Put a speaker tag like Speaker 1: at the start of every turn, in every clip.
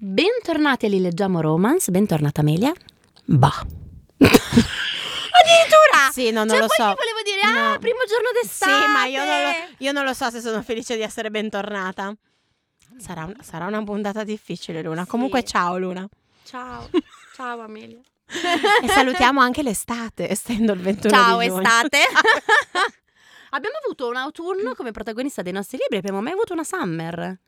Speaker 1: Bentornati a Li Leggiamo Romance, bentornata Amelia.
Speaker 2: Bah.
Speaker 1: Addirittura!
Speaker 2: Sì, no, non
Speaker 1: cioè,
Speaker 2: lo
Speaker 1: poi
Speaker 2: so.
Speaker 1: ti volevo dire, ah,
Speaker 2: No.
Speaker 1: primo giorno
Speaker 2: Sì,
Speaker 1: d'estate!
Speaker 2: ma io non, lo, io non lo so se sono felice di essere bentornata. Sarà, un- sarà una puntata difficile, Luna.
Speaker 1: Sì.
Speaker 2: Comunque, ciao, Luna.
Speaker 1: Ciao, ciao Amelia.
Speaker 2: e salutiamo anche l'estate, essendo il 21
Speaker 1: Ciao
Speaker 2: di giugno.
Speaker 1: estate! abbiamo avuto un autunno come protagonista dei nostri libri, abbiamo mai avuto una summer?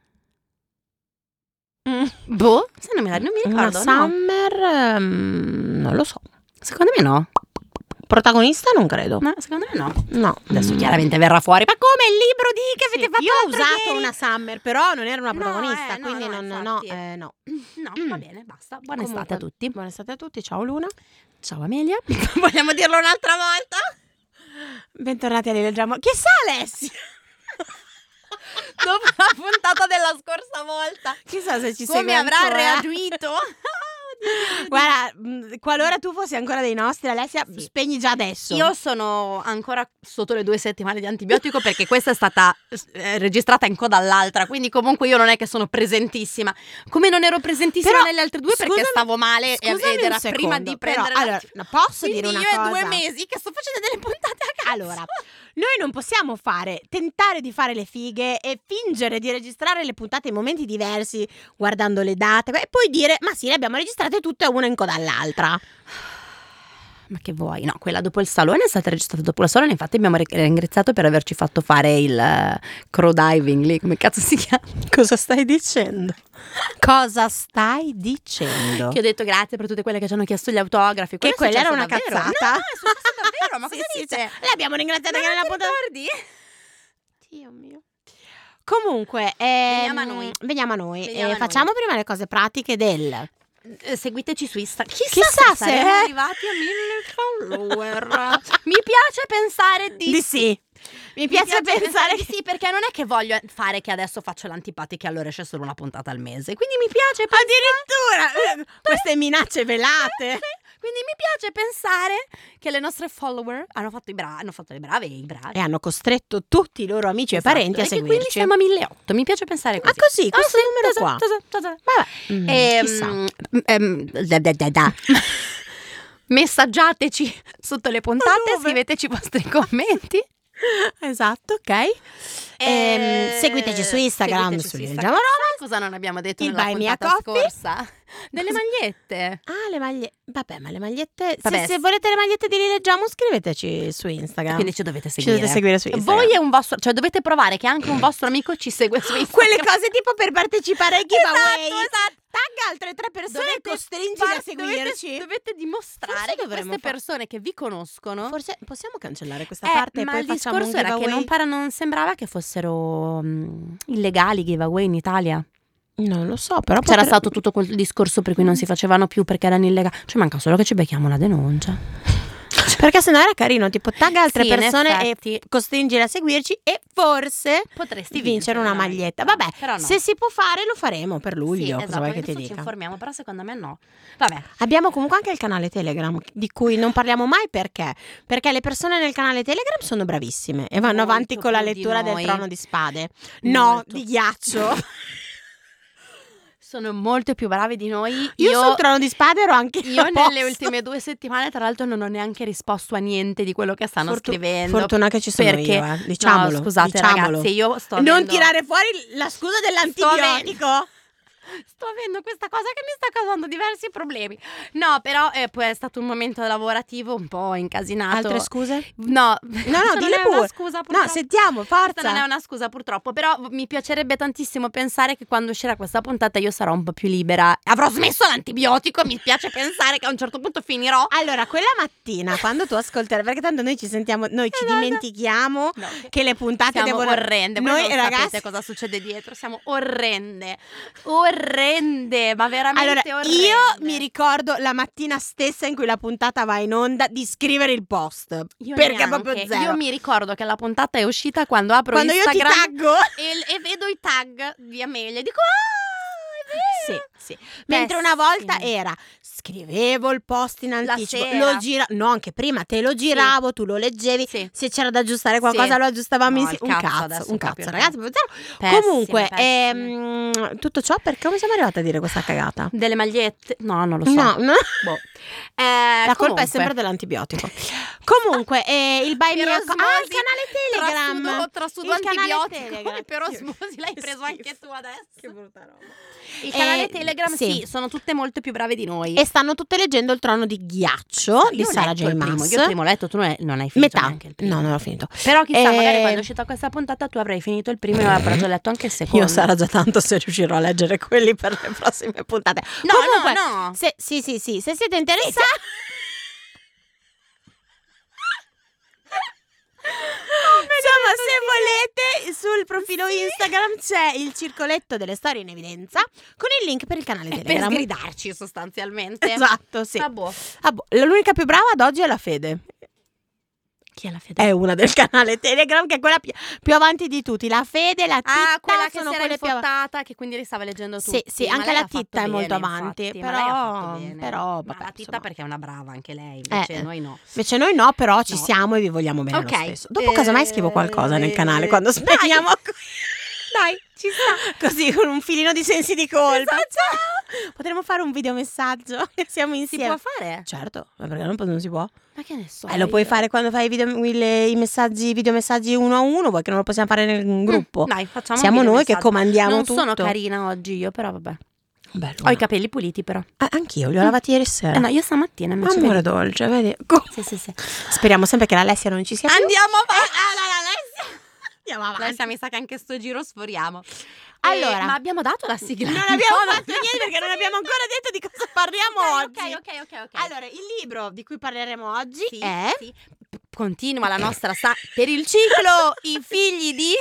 Speaker 2: Mm.
Speaker 1: Boh, se non me la non mi
Speaker 2: Una
Speaker 1: ricordo. no.
Speaker 2: summer, ehm, non lo so.
Speaker 1: Secondo me no.
Speaker 2: Protagonista, non credo.
Speaker 1: No, secondo me no.
Speaker 2: No,
Speaker 1: Adesso chiaramente verrà fuori. Ma come il libro di che avete fatto?
Speaker 2: Mm. io ho
Speaker 1: l'altro
Speaker 2: usato
Speaker 1: ieri?
Speaker 2: una summer, però non era una
Speaker 1: No,
Speaker 2: protagonista,
Speaker 1: eh, no,
Speaker 2: quindi
Speaker 1: no,
Speaker 2: non, no,
Speaker 1: infatti.
Speaker 2: eh, no.
Speaker 1: No, va bene, basta. Buona
Speaker 2: Mm. Comunque,
Speaker 1: estate a tutti.
Speaker 2: Buona estate a tutti, ciao Luna.
Speaker 1: Ciao Amelia. Vogliamo dirlo un'altra volta?
Speaker 2: Bentornati a Rileggiamo. Chissà Alessia!
Speaker 1: Dopo la puntata della scorsa volta.
Speaker 2: Chissà se ci
Speaker 1: Come
Speaker 2: segue
Speaker 1: avrà
Speaker 2: ancora.
Speaker 1: reagito?
Speaker 2: Guarda, mh, qualora tu fossi ancora dei nostri, Alessia,
Speaker 1: Sì.
Speaker 2: spegni già adesso.
Speaker 1: Io sono ancora sotto le due settimane di antibiotico perché questa è stata eh, registrata in coda all'altra, quindi comunque io non è che sono presentissima. Come non ero presentissima
Speaker 2: Però,
Speaker 1: nelle altre due perché
Speaker 2: scusami-
Speaker 1: stavo male e-
Speaker 2: Scusami
Speaker 1: ed era
Speaker 2: un secondo,
Speaker 1: prima di
Speaker 2: però,
Speaker 1: prendere la-
Speaker 2: allora, no, posso
Speaker 1: Quindi
Speaker 2: dire una
Speaker 1: io
Speaker 2: cosa?
Speaker 1: è due mesi che sto facendo delle puntate a cazzo.
Speaker 2: Allora, noi non possiamo fare, tentare di fare le fighe e fingere di registrare le puntate in momenti diversi, guardando le date, e poi dire, ma sì, le abbiamo registrate tutte una in coda all'altra.
Speaker 1: Ma che vuoi? No, quella dopo il salone è stata registrata dopo il salone. Infatti, abbiamo ri- ringraziato per averci fatto fare il eh, crow diving lì. Come cazzo si chiama?
Speaker 2: Cosa stai dicendo? Cosa stai dicendo?
Speaker 1: Che ho detto grazie per tutte quelle che ci hanno chiesto gli autografi. Quello
Speaker 2: Che
Speaker 1: è
Speaker 2: quella era una
Speaker 1: successo davvero.
Speaker 2: cazzata.
Speaker 1: No, è successo davvero. Ma
Speaker 2: Sì,
Speaker 1: cosa
Speaker 2: sì,
Speaker 1: dice?
Speaker 2: cioè, l'abbiamo
Speaker 1: Ma
Speaker 2: ringraziata che
Speaker 1: non ti
Speaker 2: nella puntata.
Speaker 1: ricordi?
Speaker 2: Dio mio. Comunque, ehm,
Speaker 1: Veniamo a noi.
Speaker 2: Veniamo a noi.
Speaker 1: Veniamo
Speaker 2: Eh,
Speaker 1: a noi.
Speaker 2: facciamo prima le cose pratiche del.
Speaker 1: Eh, Seguiteci su Instagram. Chissà,
Speaker 2: Chissà
Speaker 1: se saremo
Speaker 2: se-
Speaker 1: arrivati a mille follower. Mi piace pensare di,
Speaker 2: sì. Mi
Speaker 1: Mi
Speaker 2: piace, pensare
Speaker 1: di
Speaker 2: che.
Speaker 1: sì, perché non è che voglio fare che adesso faccio l'antipatica e allora esce solo una puntata al mese. Quindi mi piace pensare.
Speaker 2: Addirittura! eh, Queste minacce velate.
Speaker 1: Quindi mi piace pensare che le nostre follower hanno fatto, i bra- hanno fatto le brave e i bravi.
Speaker 2: E hanno costretto tutti i loro amici
Speaker 1: Esatto,
Speaker 2: e Eh, parenti a
Speaker 1: che
Speaker 2: seguirci.
Speaker 1: quindi siamo a 1008. Mi piace pensare
Speaker 2: Ah,
Speaker 1: così.
Speaker 2: così,
Speaker 1: Ah,
Speaker 2: questo
Speaker 1: sì,
Speaker 2: numero
Speaker 1: tasà,
Speaker 2: qua.
Speaker 1: tasà, tasà.
Speaker 2: Vabbè. mm,
Speaker 1: Ehm,
Speaker 2: chissà.
Speaker 1: ehm, da, da, da, da. Messaggiateci sotto le puntate,
Speaker 2: dove?
Speaker 1: scriveteci i vostri commenti.
Speaker 2: Esatto, ok. Ehm, seguiteci su Instagram,
Speaker 1: Eh, seguiteci su
Speaker 2: su
Speaker 1: Instagram.
Speaker 2: Leggiamo Roma.
Speaker 1: Sai cosa non abbiamo detto
Speaker 2: Il
Speaker 1: nella
Speaker 2: Buy Me a
Speaker 1: puntata
Speaker 2: Coffee.
Speaker 1: scorsa? Delle
Speaker 2: Cosa?
Speaker 1: magliette.
Speaker 2: Ah, le magliette. Vabbè, ma le magliette. se-
Speaker 1: Vabbè,
Speaker 2: se,
Speaker 1: sì.
Speaker 2: volete le magliette di Rileggiamo, scriveteci su Instagram.
Speaker 1: Quindi ci dovete
Speaker 2: ci
Speaker 1: seguire.
Speaker 2: dovete seguire su Instagram.
Speaker 1: Voi e un vostro, cioè dovete provare che anche un vostro amico ci segue su Instagram.
Speaker 2: quelle cose tipo per partecipare ai giveaway.
Speaker 1: Esatto, esatto.
Speaker 2: Tagga altre tre persone e costringili
Speaker 1: far-
Speaker 2: a seguirci.
Speaker 1: Dovete, dovete dimostrare
Speaker 2: Forse
Speaker 1: che
Speaker 2: dovremmo
Speaker 1: queste
Speaker 2: fa-
Speaker 1: persone che vi conoscono.
Speaker 2: Forse possiamo cancellare questa
Speaker 1: Eh,
Speaker 2: parte e
Speaker 1: ma
Speaker 2: poi
Speaker 1: il
Speaker 2: facciamo
Speaker 1: discorso
Speaker 2: un
Speaker 1: era che non,
Speaker 2: giveaway?
Speaker 1: para- non sembrava che fossero mh, illegali i giveaway in Italia.
Speaker 2: non lo so, però
Speaker 1: C'era
Speaker 2: potre-
Speaker 1: stato tutto quel discorso per cui non si facevano più perché erano illegali. Cioè, manca solo che ci becchiamo la denuncia.
Speaker 2: Perché se no era carino, tipo tagga altre
Speaker 1: Sì, in
Speaker 2: persone e
Speaker 1: effetti.
Speaker 2: costringili a seguirci e forse
Speaker 1: Potresti
Speaker 2: vincere, una maglietta. Vabbè,
Speaker 1: però no.
Speaker 2: se si può fare lo faremo per luglio,
Speaker 1: Sì,
Speaker 2: cosa
Speaker 1: esatto,
Speaker 2: vuoi
Speaker 1: poi
Speaker 2: che ti
Speaker 1: adesso ci
Speaker 2: dica.
Speaker 1: informiamo, però secondo me no. Vabbè,
Speaker 2: Abbiamo comunque anche il canale Telegram di cui non parliamo mai perché? Perché le persone nel canale Telegram sono bravissime e vanno
Speaker 1: Molto
Speaker 2: avanti con la
Speaker 1: più di
Speaker 2: lettura del
Speaker 1: noi.
Speaker 2: trono di spade. No,
Speaker 1: Molto.
Speaker 2: di ghiaccio.
Speaker 1: sono molto più bravi di noi.
Speaker 2: Io, sul trono di spade ero anche
Speaker 1: Io
Speaker 2: a
Speaker 1: nelle
Speaker 2: posto.
Speaker 1: ultime due settimane, tra l'altro, non ho neanche risposto a niente di quello che stanno
Speaker 2: Fortu-
Speaker 1: scrivendo.
Speaker 2: Fortuna che ci sono
Speaker 1: perché-
Speaker 2: io, eh. diciamolo.
Speaker 1: no, scusate,
Speaker 2: diciamolo.
Speaker 1: ragazzi, io sto
Speaker 2: non
Speaker 1: avendo,
Speaker 2: tirare fuori la scusa dell'antibiotico.
Speaker 1: sto avendo questa cosa che mi sta causando diversi problemi. No, però eh, poi è stato un momento lavorativo un po' incasinato.
Speaker 2: Altre scuse?
Speaker 1: No,
Speaker 2: No, no,
Speaker 1: non
Speaker 2: dille
Speaker 1: è una
Speaker 2: pure.
Speaker 1: scusa,
Speaker 2: No,
Speaker 1: purtroppo.
Speaker 2: sentiamo,
Speaker 1: Questa non è
Speaker 2: forza.
Speaker 1: una scusa purtroppo, però mi piacerebbe tantissimo pensare che quando uscirà questa puntata io sarò un po' più libera. Avrò smesso l'antibiotico, mi piace pensare che a un certo punto finirò.
Speaker 2: Allora, quella mattina quando tu ascolterai, perché tanto noi ci sentiamo, noi ci
Speaker 1: Esatto.
Speaker 2: dimentichiamo
Speaker 1: No,
Speaker 2: che le puntate
Speaker 1: siamo
Speaker 2: devono
Speaker 1: orrende. Voi
Speaker 2: Noi,
Speaker 1: non
Speaker 2: ragazzi-
Speaker 1: sapete cosa succede dietro. Siamo orrende. Orrende, ma veramente
Speaker 2: Allora,
Speaker 1: orrende.
Speaker 2: io mi ricordo la mattina stessa in cui la puntata va in onda di scrivere il post.
Speaker 1: Io
Speaker 2: perché
Speaker 1: neanche.
Speaker 2: proprio zero.
Speaker 1: Io mi ricordo che la puntata è uscita quando apro
Speaker 2: Quando io ti
Speaker 1: Instagram
Speaker 2: taggo.
Speaker 1: e, e vedo i tag di Amelia e dico "Ah, è vero!"
Speaker 2: Sì, sì. Mentre una volta
Speaker 1: Pessimi.
Speaker 2: era scrivevo il post in
Speaker 1: La
Speaker 2: anticipo,
Speaker 1: sera.
Speaker 2: lo gira, no, anche prima te lo giravo, tu lo leggevi,
Speaker 1: Sì.
Speaker 2: se c'era da aggiustare qualcosa
Speaker 1: Sì.
Speaker 2: lo aggiustavamo
Speaker 1: No,
Speaker 2: insieme.
Speaker 1: il
Speaker 2: Un
Speaker 1: cazzo
Speaker 2: cazzo,
Speaker 1: adesso
Speaker 2: un
Speaker 1: proprio,
Speaker 2: cazzo,
Speaker 1: no.
Speaker 2: ragazzi. proprio zero.
Speaker 1: Pessime,
Speaker 2: Comunque,
Speaker 1: pessime.
Speaker 2: ehm, tutto ciò perché come siamo arrivate a dire questa cagata?
Speaker 1: Delle magliette? No, non lo so.
Speaker 2: No, no.
Speaker 1: Boh. Eh,
Speaker 2: La colpa è sempre dell'antibiotico. Comunque, eh, il by me
Speaker 1: Per
Speaker 2: a-
Speaker 1: osmosi,
Speaker 2: ah, il canale Telegram.
Speaker 1: Trasudo, trasudo
Speaker 2: Il canale
Speaker 1: antibiotico.
Speaker 2: Telegram.
Speaker 1: E per
Speaker 2: Che-
Speaker 1: osmosi l'hai
Speaker 2: che
Speaker 1: preso
Speaker 2: schifo.
Speaker 1: anche tu
Speaker 2: Che
Speaker 1: adesso.
Speaker 2: brutta roba.
Speaker 1: Il canale
Speaker 2: Eh,
Speaker 1: Telegram, sì.
Speaker 2: sì.
Speaker 1: sono tutte molto più brave di noi.
Speaker 2: E stanno tutte leggendo Il trono di ghiaccio
Speaker 1: Io
Speaker 2: di
Speaker 1: ho
Speaker 2: Sara
Speaker 1: letto
Speaker 2: J.
Speaker 1: il primo,
Speaker 2: Maas.
Speaker 1: Io il primo ho letto, tu non hai- non hai finito
Speaker 2: Metà.
Speaker 1: neanche il primo.
Speaker 2: No, non l'ho finito.
Speaker 1: Però chissà, magari
Speaker 2: Eh,
Speaker 1: quando è uscita questa puntata tu avrai finito il primo e avrai già letto anche il secondo.
Speaker 2: Io sarà già tanto se riuscirò a leggere quelli per le prossime puntate.
Speaker 1: No,
Speaker 2: Comunque,
Speaker 1: no, no.
Speaker 2: Se, sì, sì, sì, se siete interessati. Insomma, se volete, sul profilo
Speaker 1: Sì.
Speaker 2: Instagram c'è il circoletto delle storie in evidenza con il link per il canale
Speaker 1: È per
Speaker 2: Telegram.
Speaker 1: sgridarci sostanzialmente.
Speaker 2: Esatto, sì.
Speaker 1: Ah, boh.
Speaker 2: Ah, boh, L'unica più brava ad oggi è la Fede.
Speaker 1: Chi è la fede?
Speaker 2: È una del canale Telegram che è quella più, più avanti di tutti. La Fede, la Titta
Speaker 1: Ah, quella che
Speaker 2: sono
Speaker 1: si era
Speaker 2: quelle più avanti.
Speaker 1: infottata, che quindi le stava leggendo tutti.
Speaker 2: Sì, sì,
Speaker 1: Ma
Speaker 2: anche
Speaker 1: lei
Speaker 2: la
Speaker 1: ha fatto
Speaker 2: Titta è molto
Speaker 1: bene,
Speaker 2: avanti,
Speaker 1: infatti, ma
Speaker 2: però-
Speaker 1: lei ha fatto bene.
Speaker 2: però,
Speaker 1: Ma
Speaker 2: vabbè,
Speaker 1: la Titta
Speaker 2: insomma.
Speaker 1: perché è una brava anche lei, invece
Speaker 2: Eh.
Speaker 1: noi no.
Speaker 2: Invece noi no, però ci
Speaker 1: No.
Speaker 2: siamo e vi vogliamo bene
Speaker 1: Ok,
Speaker 2: lo stesso. Dopo
Speaker 1: eh,
Speaker 2: casomai scrivo qualcosa nel canale
Speaker 1: eh,
Speaker 2: quando
Speaker 1: dai.
Speaker 2: spegniamo qui.
Speaker 1: Dai, ci sta.
Speaker 2: Così con un filino di sensi di colpa.
Speaker 1: Esatto.
Speaker 2: Ciao! Potremmo fare un videomessaggio. Siamo
Speaker 1: Si
Speaker 2: insieme.
Speaker 1: può fare?
Speaker 2: Certo, ma perché non, po- non si può?
Speaker 1: Ma che ne so.
Speaker 2: Eh, lo puoi
Speaker 1: io.
Speaker 2: fare quando fai i, video- il- i messaggi, i videomessaggi uno a uno, vuoi che non lo possiamo fare nel gruppo?
Speaker 1: Mm, Dai, facciamo un
Speaker 2: Siamo
Speaker 1: video
Speaker 2: noi che
Speaker 1: messaggio.
Speaker 2: comandiamo
Speaker 1: Non
Speaker 2: tutto.
Speaker 1: sono carina oggi io, però vabbè.
Speaker 2: Bello.
Speaker 1: Ho i capelli puliti però.
Speaker 2: Ah, anch'io, li ho lavati ieri sera.
Speaker 1: Eh, no, io stamattina invece
Speaker 2: Amore
Speaker 1: vedi.
Speaker 2: dolce, vedi? Co-
Speaker 1: Sì, sì, Eh. sì.
Speaker 2: Speriamo sempre che la Alessia non ci sia più.
Speaker 1: Andiamo avanti.
Speaker 2: Ah, Andiamo avanti.
Speaker 1: Alessia, mi sa che anche sto giro sforiamo.
Speaker 2: Allora.
Speaker 1: Eh, ma abbiamo dato la sigla.
Speaker 2: Non abbiamo fatto niente perché non abbiamo ancora detto di cosa parliamo
Speaker 1: Ok,
Speaker 2: oggi.
Speaker 1: Ok, ok, ok, ok.
Speaker 2: Allora, il libro di cui parleremo oggi
Speaker 1: Sì,
Speaker 2: è
Speaker 1: sì. P- Continua la nostra sa- per il ciclo I figli di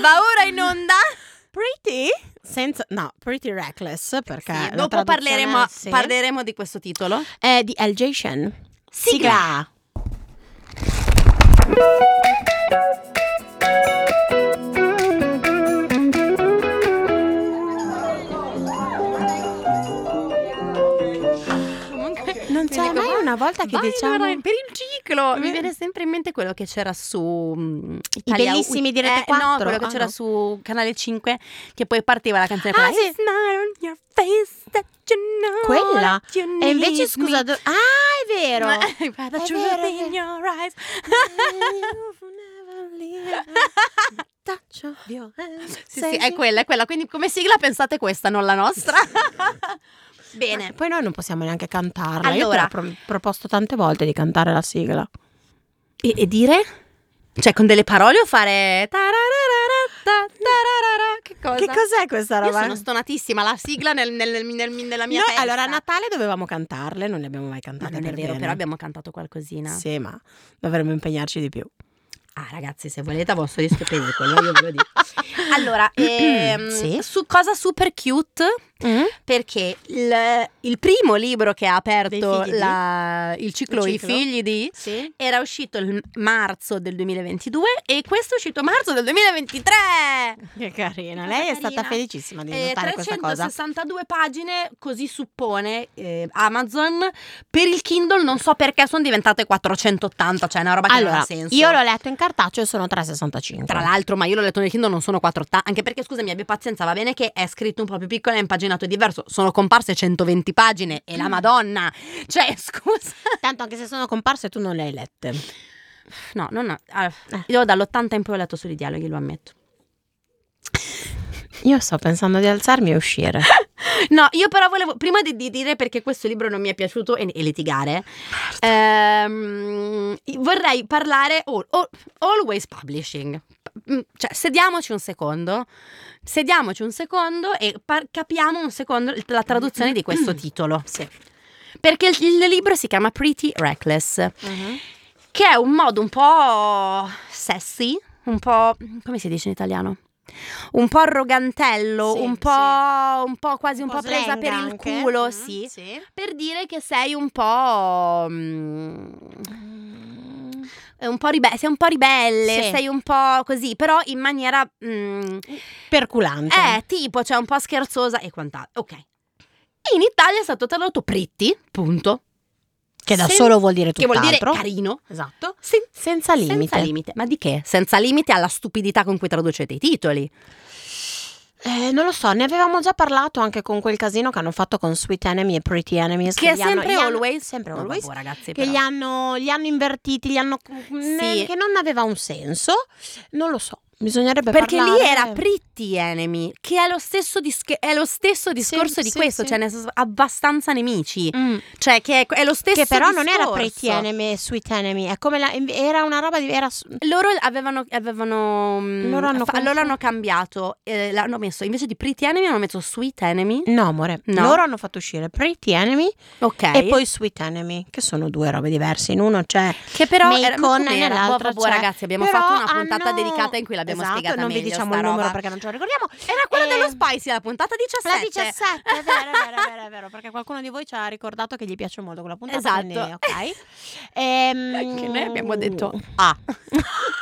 Speaker 1: va ora in onda.
Speaker 2: Pretty senza no, Pretty Reckless perché
Speaker 1: Sì,
Speaker 2: la
Speaker 1: dopo
Speaker 2: traduzione
Speaker 1: parleremo,
Speaker 2: è- sì.
Speaker 1: parleremo di questo titolo.
Speaker 2: è di LJ Shen.
Speaker 1: Sigla. Comunque,
Speaker 2: Non
Speaker 1: mi
Speaker 2: c'è
Speaker 1: dico,
Speaker 2: mai
Speaker 1: "Ma
Speaker 2: una volta che
Speaker 1: vai,
Speaker 2: diciamo
Speaker 1: guarda, per il ciclo mi
Speaker 2: Mm.
Speaker 1: viene sempre in mente quello che c'era su mm, Italia
Speaker 2: bellissimi di Rete
Speaker 1: eh, no
Speaker 2: 4.
Speaker 1: quello che
Speaker 2: Ah,
Speaker 1: c'era
Speaker 2: no.
Speaker 1: su Canale 5 che poi partiva la canzone
Speaker 2: Ah,
Speaker 1: quella,
Speaker 2: sì.
Speaker 1: "It's not on your face that you know
Speaker 2: Quella?
Speaker 1: that you
Speaker 2: E invece
Speaker 1: need
Speaker 2: scusa,
Speaker 1: me."
Speaker 2: do- ah, è vero.
Speaker 1: Ma- But the
Speaker 2: È
Speaker 1: truth
Speaker 2: vero, è
Speaker 1: in
Speaker 2: vero.
Speaker 1: your eyes.
Speaker 2: Touch of your hand.
Speaker 1: Sì, sì, ecco,
Speaker 2: Say
Speaker 1: è
Speaker 2: you-
Speaker 1: quella, è quella. Quindi come sigla pensate questa, non la nostra. Bene.
Speaker 2: Poi noi non possiamo neanche cantarla. Io
Speaker 1: Allora.
Speaker 2: ho proposto tante volte di cantare la sigla.
Speaker 1: E, e dire? Cioè con delle parole o fare... tarararata, tararara, Che cosa?
Speaker 2: cos'è questa
Speaker 1: Io sono stonatissima, la sigla nel- nel- nel- nella mia
Speaker 2: Noi-
Speaker 1: testa.
Speaker 2: allora a Natale dovevamo cantarle, non le abbiamo mai
Speaker 1: Ma
Speaker 2: cantate.
Speaker 1: non è
Speaker 2: per
Speaker 1: vero,
Speaker 2: bene.
Speaker 1: però abbiamo cantato qualcosina.
Speaker 2: Sì, ma dovremmo impegnarci di più.
Speaker 1: Ah, ragazzi, se volete a vostro rischio e pericolo, io ve lo dico. Allora, ehm,
Speaker 2: Sì.
Speaker 1: su cosa super cute?
Speaker 2: Mm?
Speaker 1: Perché il, il primo libro che ha aperto
Speaker 2: Dei figli di?
Speaker 1: la- il ciclo
Speaker 2: Il
Speaker 1: I
Speaker 2: ciclo?
Speaker 1: figli di
Speaker 2: Sì.
Speaker 1: era uscito il marzo del 2022 e questo è uscito marzo del 2023.
Speaker 2: Che carina. Lei è stata
Speaker 1: Carina.
Speaker 2: felicissima di
Speaker 1: Eh,
Speaker 2: notare questa cosa.
Speaker 1: 362 pagine, così suppone eh, Amazon. Per il Kindle non so perché sono diventate 480, cioè è una roba che non
Speaker 2: Allora,
Speaker 1: ha senso.
Speaker 2: io l'ho letto in cartaceo e sono 3,65.
Speaker 1: Tra l'altro, ma io l'ho letto nel Kindle, non sono 480, anche perché scusami, abbia pazienza, va bene che è scritto un po' più piccolo e impaginato è diverso, sono comparse 120 pagine e la
Speaker 2: Mm.
Speaker 1: madonna, cioè scusa.
Speaker 2: Tanto anche se sono comparse tu non le hai lette.
Speaker 1: No, no, no, allora, io dall'80 in poi ho letto solo i dialoghi, lo ammetto.
Speaker 2: Io sto pensando di alzarmi e uscire.
Speaker 1: No, io però volevo, prima di, di dire perché questo libro non mi è piaciuto e, e litigare, ehm, vorrei parlare al- al- Always Publishing. Mm, Cioè, sediamoci un secondo, sediamoci un secondo e par- capiamo un secondo la traduzione di questo titolo. Perché il, il libro si chiama Pretty Reckless,
Speaker 2: Mm-hmm.
Speaker 1: che è un modo un po' sexy, un po'... come si dice in italiano? Un po' arrogantello,
Speaker 2: Sì,
Speaker 1: un, po', un po' quasi un, po', mm-hmm. presa per il culo, sì. Per dire che sei un po'... mm, è un po' ribe- sei un po' ribelle,
Speaker 2: Sì.
Speaker 1: sei un po' così, però in maniera... mm,
Speaker 2: Perculante.
Speaker 1: eh, tipo, cioè un po' scherzosa e quant'altro. Ok. In Italia è stato tradotto Pretty, punto,
Speaker 2: che da
Speaker 1: se-
Speaker 2: solo vuol dire
Speaker 1: che vuol dire
Speaker 2: tutt'altro.
Speaker 1: carino.
Speaker 2: esatto.
Speaker 1: Sen-
Speaker 2: Senza limite.
Speaker 1: Senza limite. Ma di che? Senza limite alla stupidità con cui traducete i titoli.
Speaker 2: Eh, non lo so, ne avevamo già parlato anche con quel casino che hanno fatto con Sweet Enemy e Pretty Enemies.
Speaker 1: Che è
Speaker 2: gli hanno-
Speaker 1: sempre
Speaker 2: gli hanno-
Speaker 1: always.
Speaker 2: sempre
Speaker 1: No,
Speaker 2: always.
Speaker 1: vabbè, ragazzi,
Speaker 2: Che
Speaker 1: però.
Speaker 2: li hanno, li hanno invertiti, li hanno.
Speaker 1: Sì.
Speaker 2: che non aveva un senso. Non lo so, bisognerebbe
Speaker 1: Perché
Speaker 2: parlare. Mm.
Speaker 1: lì era Pretty Enemy, che è lo stesso, dis- è lo stesso discorso di
Speaker 2: sì,
Speaker 1: questo,
Speaker 2: sì.
Speaker 1: cioè nel senso, abbastanza nemici.
Speaker 2: Mm.
Speaker 1: Cioè, che è, è lo stesso
Speaker 2: Che però non era
Speaker 1: discorso.
Speaker 2: Pretty Enemy e Sweet Enemy, è come la- era una roba di. Era, s-
Speaker 1: Loro avevano. avevano, mm,
Speaker 2: Loro hanno
Speaker 1: fa-
Speaker 2: confu-
Speaker 1: loro hanno cambiato. eh, l'hanno messo invece di Pretty Enemy, hanno messo Sweet Enemy.
Speaker 2: no, amore,
Speaker 1: No.
Speaker 2: loro hanno fatto uscire Pretty Enemy
Speaker 1: Ok.
Speaker 2: e poi Sweet Enemy, che sono due robe diverse. In uno c'è
Speaker 1: Che però
Speaker 2: Make
Speaker 1: era ma
Speaker 2: on
Speaker 1: com'era?
Speaker 2: e
Speaker 1: Boh,
Speaker 2: l'altro
Speaker 1: boh,
Speaker 2: c'è.
Speaker 1: ragazzi, abbiamo
Speaker 2: Però
Speaker 1: fatto una puntata
Speaker 2: hanno-
Speaker 1: dedicata in cui l'abbiamo
Speaker 2: Esatto,
Speaker 1: spiegata
Speaker 2: non
Speaker 1: meglio
Speaker 2: vi diciamo
Speaker 1: sta
Speaker 2: il numero
Speaker 1: roba.
Speaker 2: perché non ce lo ricordiamo.
Speaker 1: Era quella
Speaker 2: Eh,
Speaker 1: dello Spicy, la puntata 17.
Speaker 2: La 17, è vero, è vero, è vero, è vero, perché qualcuno di voi ci ha ricordato che gli piace molto quella puntata.
Speaker 1: Esatto.
Speaker 2: quindi, ok. Ehm,
Speaker 1: Che noi abbiamo detto,
Speaker 2: ah.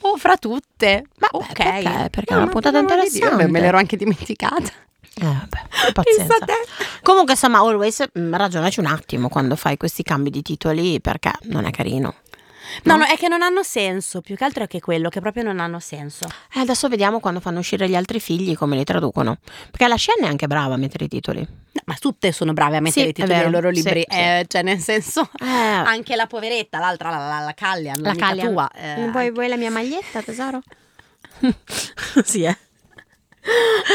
Speaker 1: Oh, fra tutte. Ma
Speaker 2: Vabbè,
Speaker 1: ok.
Speaker 2: perché? Perché
Speaker 1: No,
Speaker 2: è una
Speaker 1: no,
Speaker 2: puntata
Speaker 1: no, voglio dire,
Speaker 2: interessante.
Speaker 1: Me l'ero anche dimenticata.
Speaker 2: Eh, vabbè, pazienza.
Speaker 1: Pensa a te.
Speaker 2: Comunque, insomma, always mh, ragionaci un attimo quando fai questi cambi di titoli perché non è carino.
Speaker 1: No,
Speaker 2: Mm.
Speaker 1: no, è che non hanno senso, più che altro è che quello, che proprio non hanno senso.
Speaker 2: Eh, adesso vediamo quando fanno uscire gli altri figli come li traducono. Perché la Shen è anche brava a mettere i titoli.
Speaker 1: No, ma tutte sono brave a mettere
Speaker 2: Sì,
Speaker 1: i titoli
Speaker 2: è vero,
Speaker 1: ai loro libri,
Speaker 2: sì, sì.
Speaker 1: eh, cioè nel senso...
Speaker 2: Eh,
Speaker 1: Anche la poveretta, l'altra, la, la, la Callian,
Speaker 2: La
Speaker 1: l'amica
Speaker 2: Callian.
Speaker 1: tua. eh,
Speaker 2: vuoi, vuoi la mia maglietta, tesoro? sì, eh.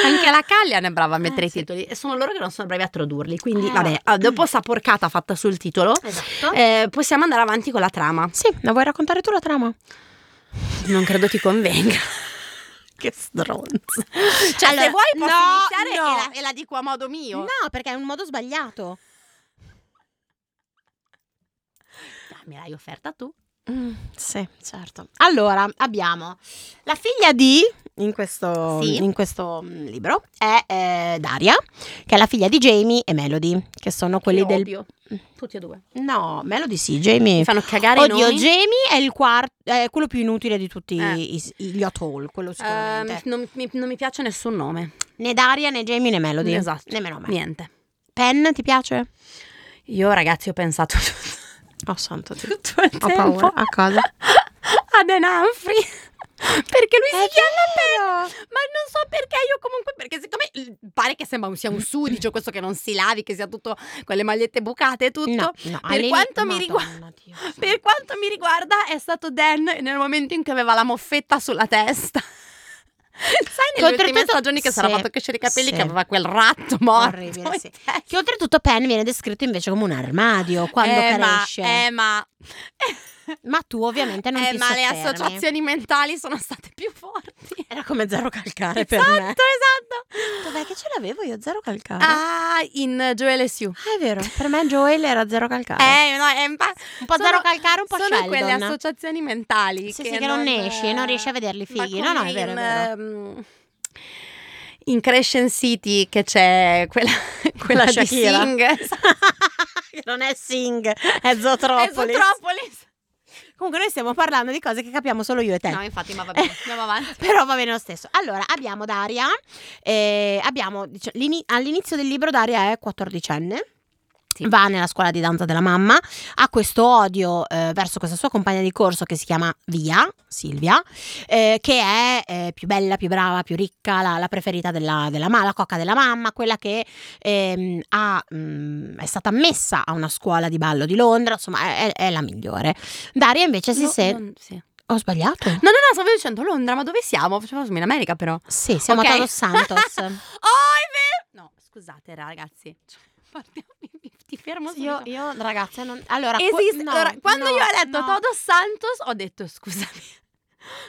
Speaker 1: Anche la Callian è brava a mettere
Speaker 2: Eh,
Speaker 1: i
Speaker 2: sì.
Speaker 1: titoli e sono loro che non sono bravi a tradurli. Quindi,
Speaker 2: Eh.
Speaker 1: vabbè, ah, dopo sta porcata fatta sul titolo,
Speaker 2: Esatto.
Speaker 1: eh, possiamo andare avanti con la trama.
Speaker 2: Sì, la vuoi raccontare tu la trama?
Speaker 1: Non credo ti convenga.
Speaker 2: Che stronzo.
Speaker 1: Cioè, se vuoi posso iniziare e,
Speaker 2: no.
Speaker 1: la, e la dico a modo mio.
Speaker 2: No, perché è un modo sbagliato.
Speaker 1: Ah, Me l'hai offerta tu.
Speaker 2: Mm, sì, certo. Allora, abbiamo la figlia di, in questo,
Speaker 1: Sì.
Speaker 2: in questo, mm, libro, è eh, Daria, che è la figlia di Jamie e Melody, che sono quelli
Speaker 1: Io
Speaker 2: del...
Speaker 1: odio. Tutti e due.
Speaker 2: No, Melody sì, Jamie.
Speaker 1: Mi fanno cagare i
Speaker 2: Oddio,
Speaker 1: nomi.
Speaker 2: Jamie è il quarto, è quello più inutile di tutti
Speaker 1: Eh.
Speaker 2: i- i- gli Atoll, quello
Speaker 1: Eh,
Speaker 2: sicuramente.
Speaker 1: non, mi, non mi piace nessun nome.
Speaker 2: né Daria, né Jamie, né Melody.
Speaker 1: Esatto.
Speaker 2: Nemmeno me.
Speaker 1: Niente.
Speaker 2: Pen, ti piace?
Speaker 1: Io, ragazzi, ho pensato tutto,
Speaker 2: Oh, santo Dio.
Speaker 1: tutto il
Speaker 2: Ho
Speaker 1: tempo
Speaker 2: paura. A cosa?
Speaker 1: Ad Humphrey. Perché lui si
Speaker 2: È
Speaker 1: chiama
Speaker 2: vero!
Speaker 1: Pen. Ma non so perché io comunque perché siccome eh, pare che sembra un, sia
Speaker 2: Mm.
Speaker 1: un sudicio questo che non si lavi, che sia tutto con le magliette bucate e tutto.
Speaker 2: No, no,
Speaker 1: Per quanto mi riguarda, per quanto mi riguarda è stato Dan nel momento in cui aveva la moffetta sulla testa. Sai nelle ultime
Speaker 2: oltretutto-
Speaker 1: stagioni che si era
Speaker 2: sì,
Speaker 1: fatto crescere i capelli
Speaker 2: sì.
Speaker 1: che aveva quel ratto morto.
Speaker 2: Orribile,
Speaker 1: in
Speaker 2: sì.
Speaker 1: testa.
Speaker 2: Che oltretutto Pen viene descritto invece come un armadio quando
Speaker 1: eh,
Speaker 2: cresce.
Speaker 1: Ma, eh, ma...
Speaker 2: Ma tu ovviamente non
Speaker 1: Eh,
Speaker 2: ti
Speaker 1: ma le
Speaker 2: soffermi.
Speaker 1: associazioni mentali sono state più forti.
Speaker 2: Era come zero calcare per
Speaker 1: esatto,
Speaker 2: me.
Speaker 1: esatto.
Speaker 2: Dov'è che ce l'avevo io zero calcare? Ah,
Speaker 1: Ah, in Joel e Sue.
Speaker 2: è vero. Per me Joel era zero calcare.
Speaker 1: Eh, no, è un pa-
Speaker 2: un po'
Speaker 1: sono-
Speaker 2: zero calcare, un po'
Speaker 1: sono
Speaker 2: Sheldon.
Speaker 1: quelle associazioni mentali.
Speaker 2: Sì, sì, che non esci, non riesci a vederli
Speaker 1: Ma
Speaker 2: fighi. No, no,
Speaker 1: come
Speaker 2: è vero, è
Speaker 1: in,
Speaker 2: vero.
Speaker 1: ehm, In Crescent City che c'è quella, quella di
Speaker 2: Shakira.
Speaker 1: Sing. Esatto.
Speaker 2: Che non è Sing, è Zootropolis.
Speaker 1: Zootropolis.
Speaker 2: Comunque noi stiamo parlando di cose che capiamo solo io e te.
Speaker 1: No, infatti, ma va
Speaker 2: Eh.
Speaker 1: bene, andiamo avanti.
Speaker 2: Però va bene lo stesso. Allora, abbiamo Daria. eh, abbiamo, dice- l'ini- all'inizio del libro Daria è 14enne.
Speaker 1: Sì.
Speaker 2: Va nella scuola di danza della mamma, ha questo odio eh, verso questa sua compagna di corso che si chiama Via, Silvia, eh, che è eh, più bella, più brava, più ricca, la, la preferita della, della ma- la cocca della mamma, quella che ehm, ha, mm, è stata ammessa a una scuola di ballo di Londra, insomma è, è- è la migliore. Daria invece si
Speaker 1: No,
Speaker 2: sente...
Speaker 1: non- sì.
Speaker 2: Ho sbagliato?
Speaker 1: No, no, no, stavo dicendo Londra, ma dove siamo? Facciamo in America, però.
Speaker 2: Sì, siamo
Speaker 1: Ok.
Speaker 2: a Los Santos.
Speaker 1: Oh, è vero! No, scusate, ragazzi. Cioè, partiamo- mi- ti fermo
Speaker 2: Io,
Speaker 1: subito.
Speaker 2: io ragazza, non... allora,
Speaker 1: Esiste-
Speaker 2: que- no,
Speaker 1: allora, quando
Speaker 2: no,
Speaker 1: io ho letto
Speaker 2: no.
Speaker 1: Todos Santos, ho detto scusami.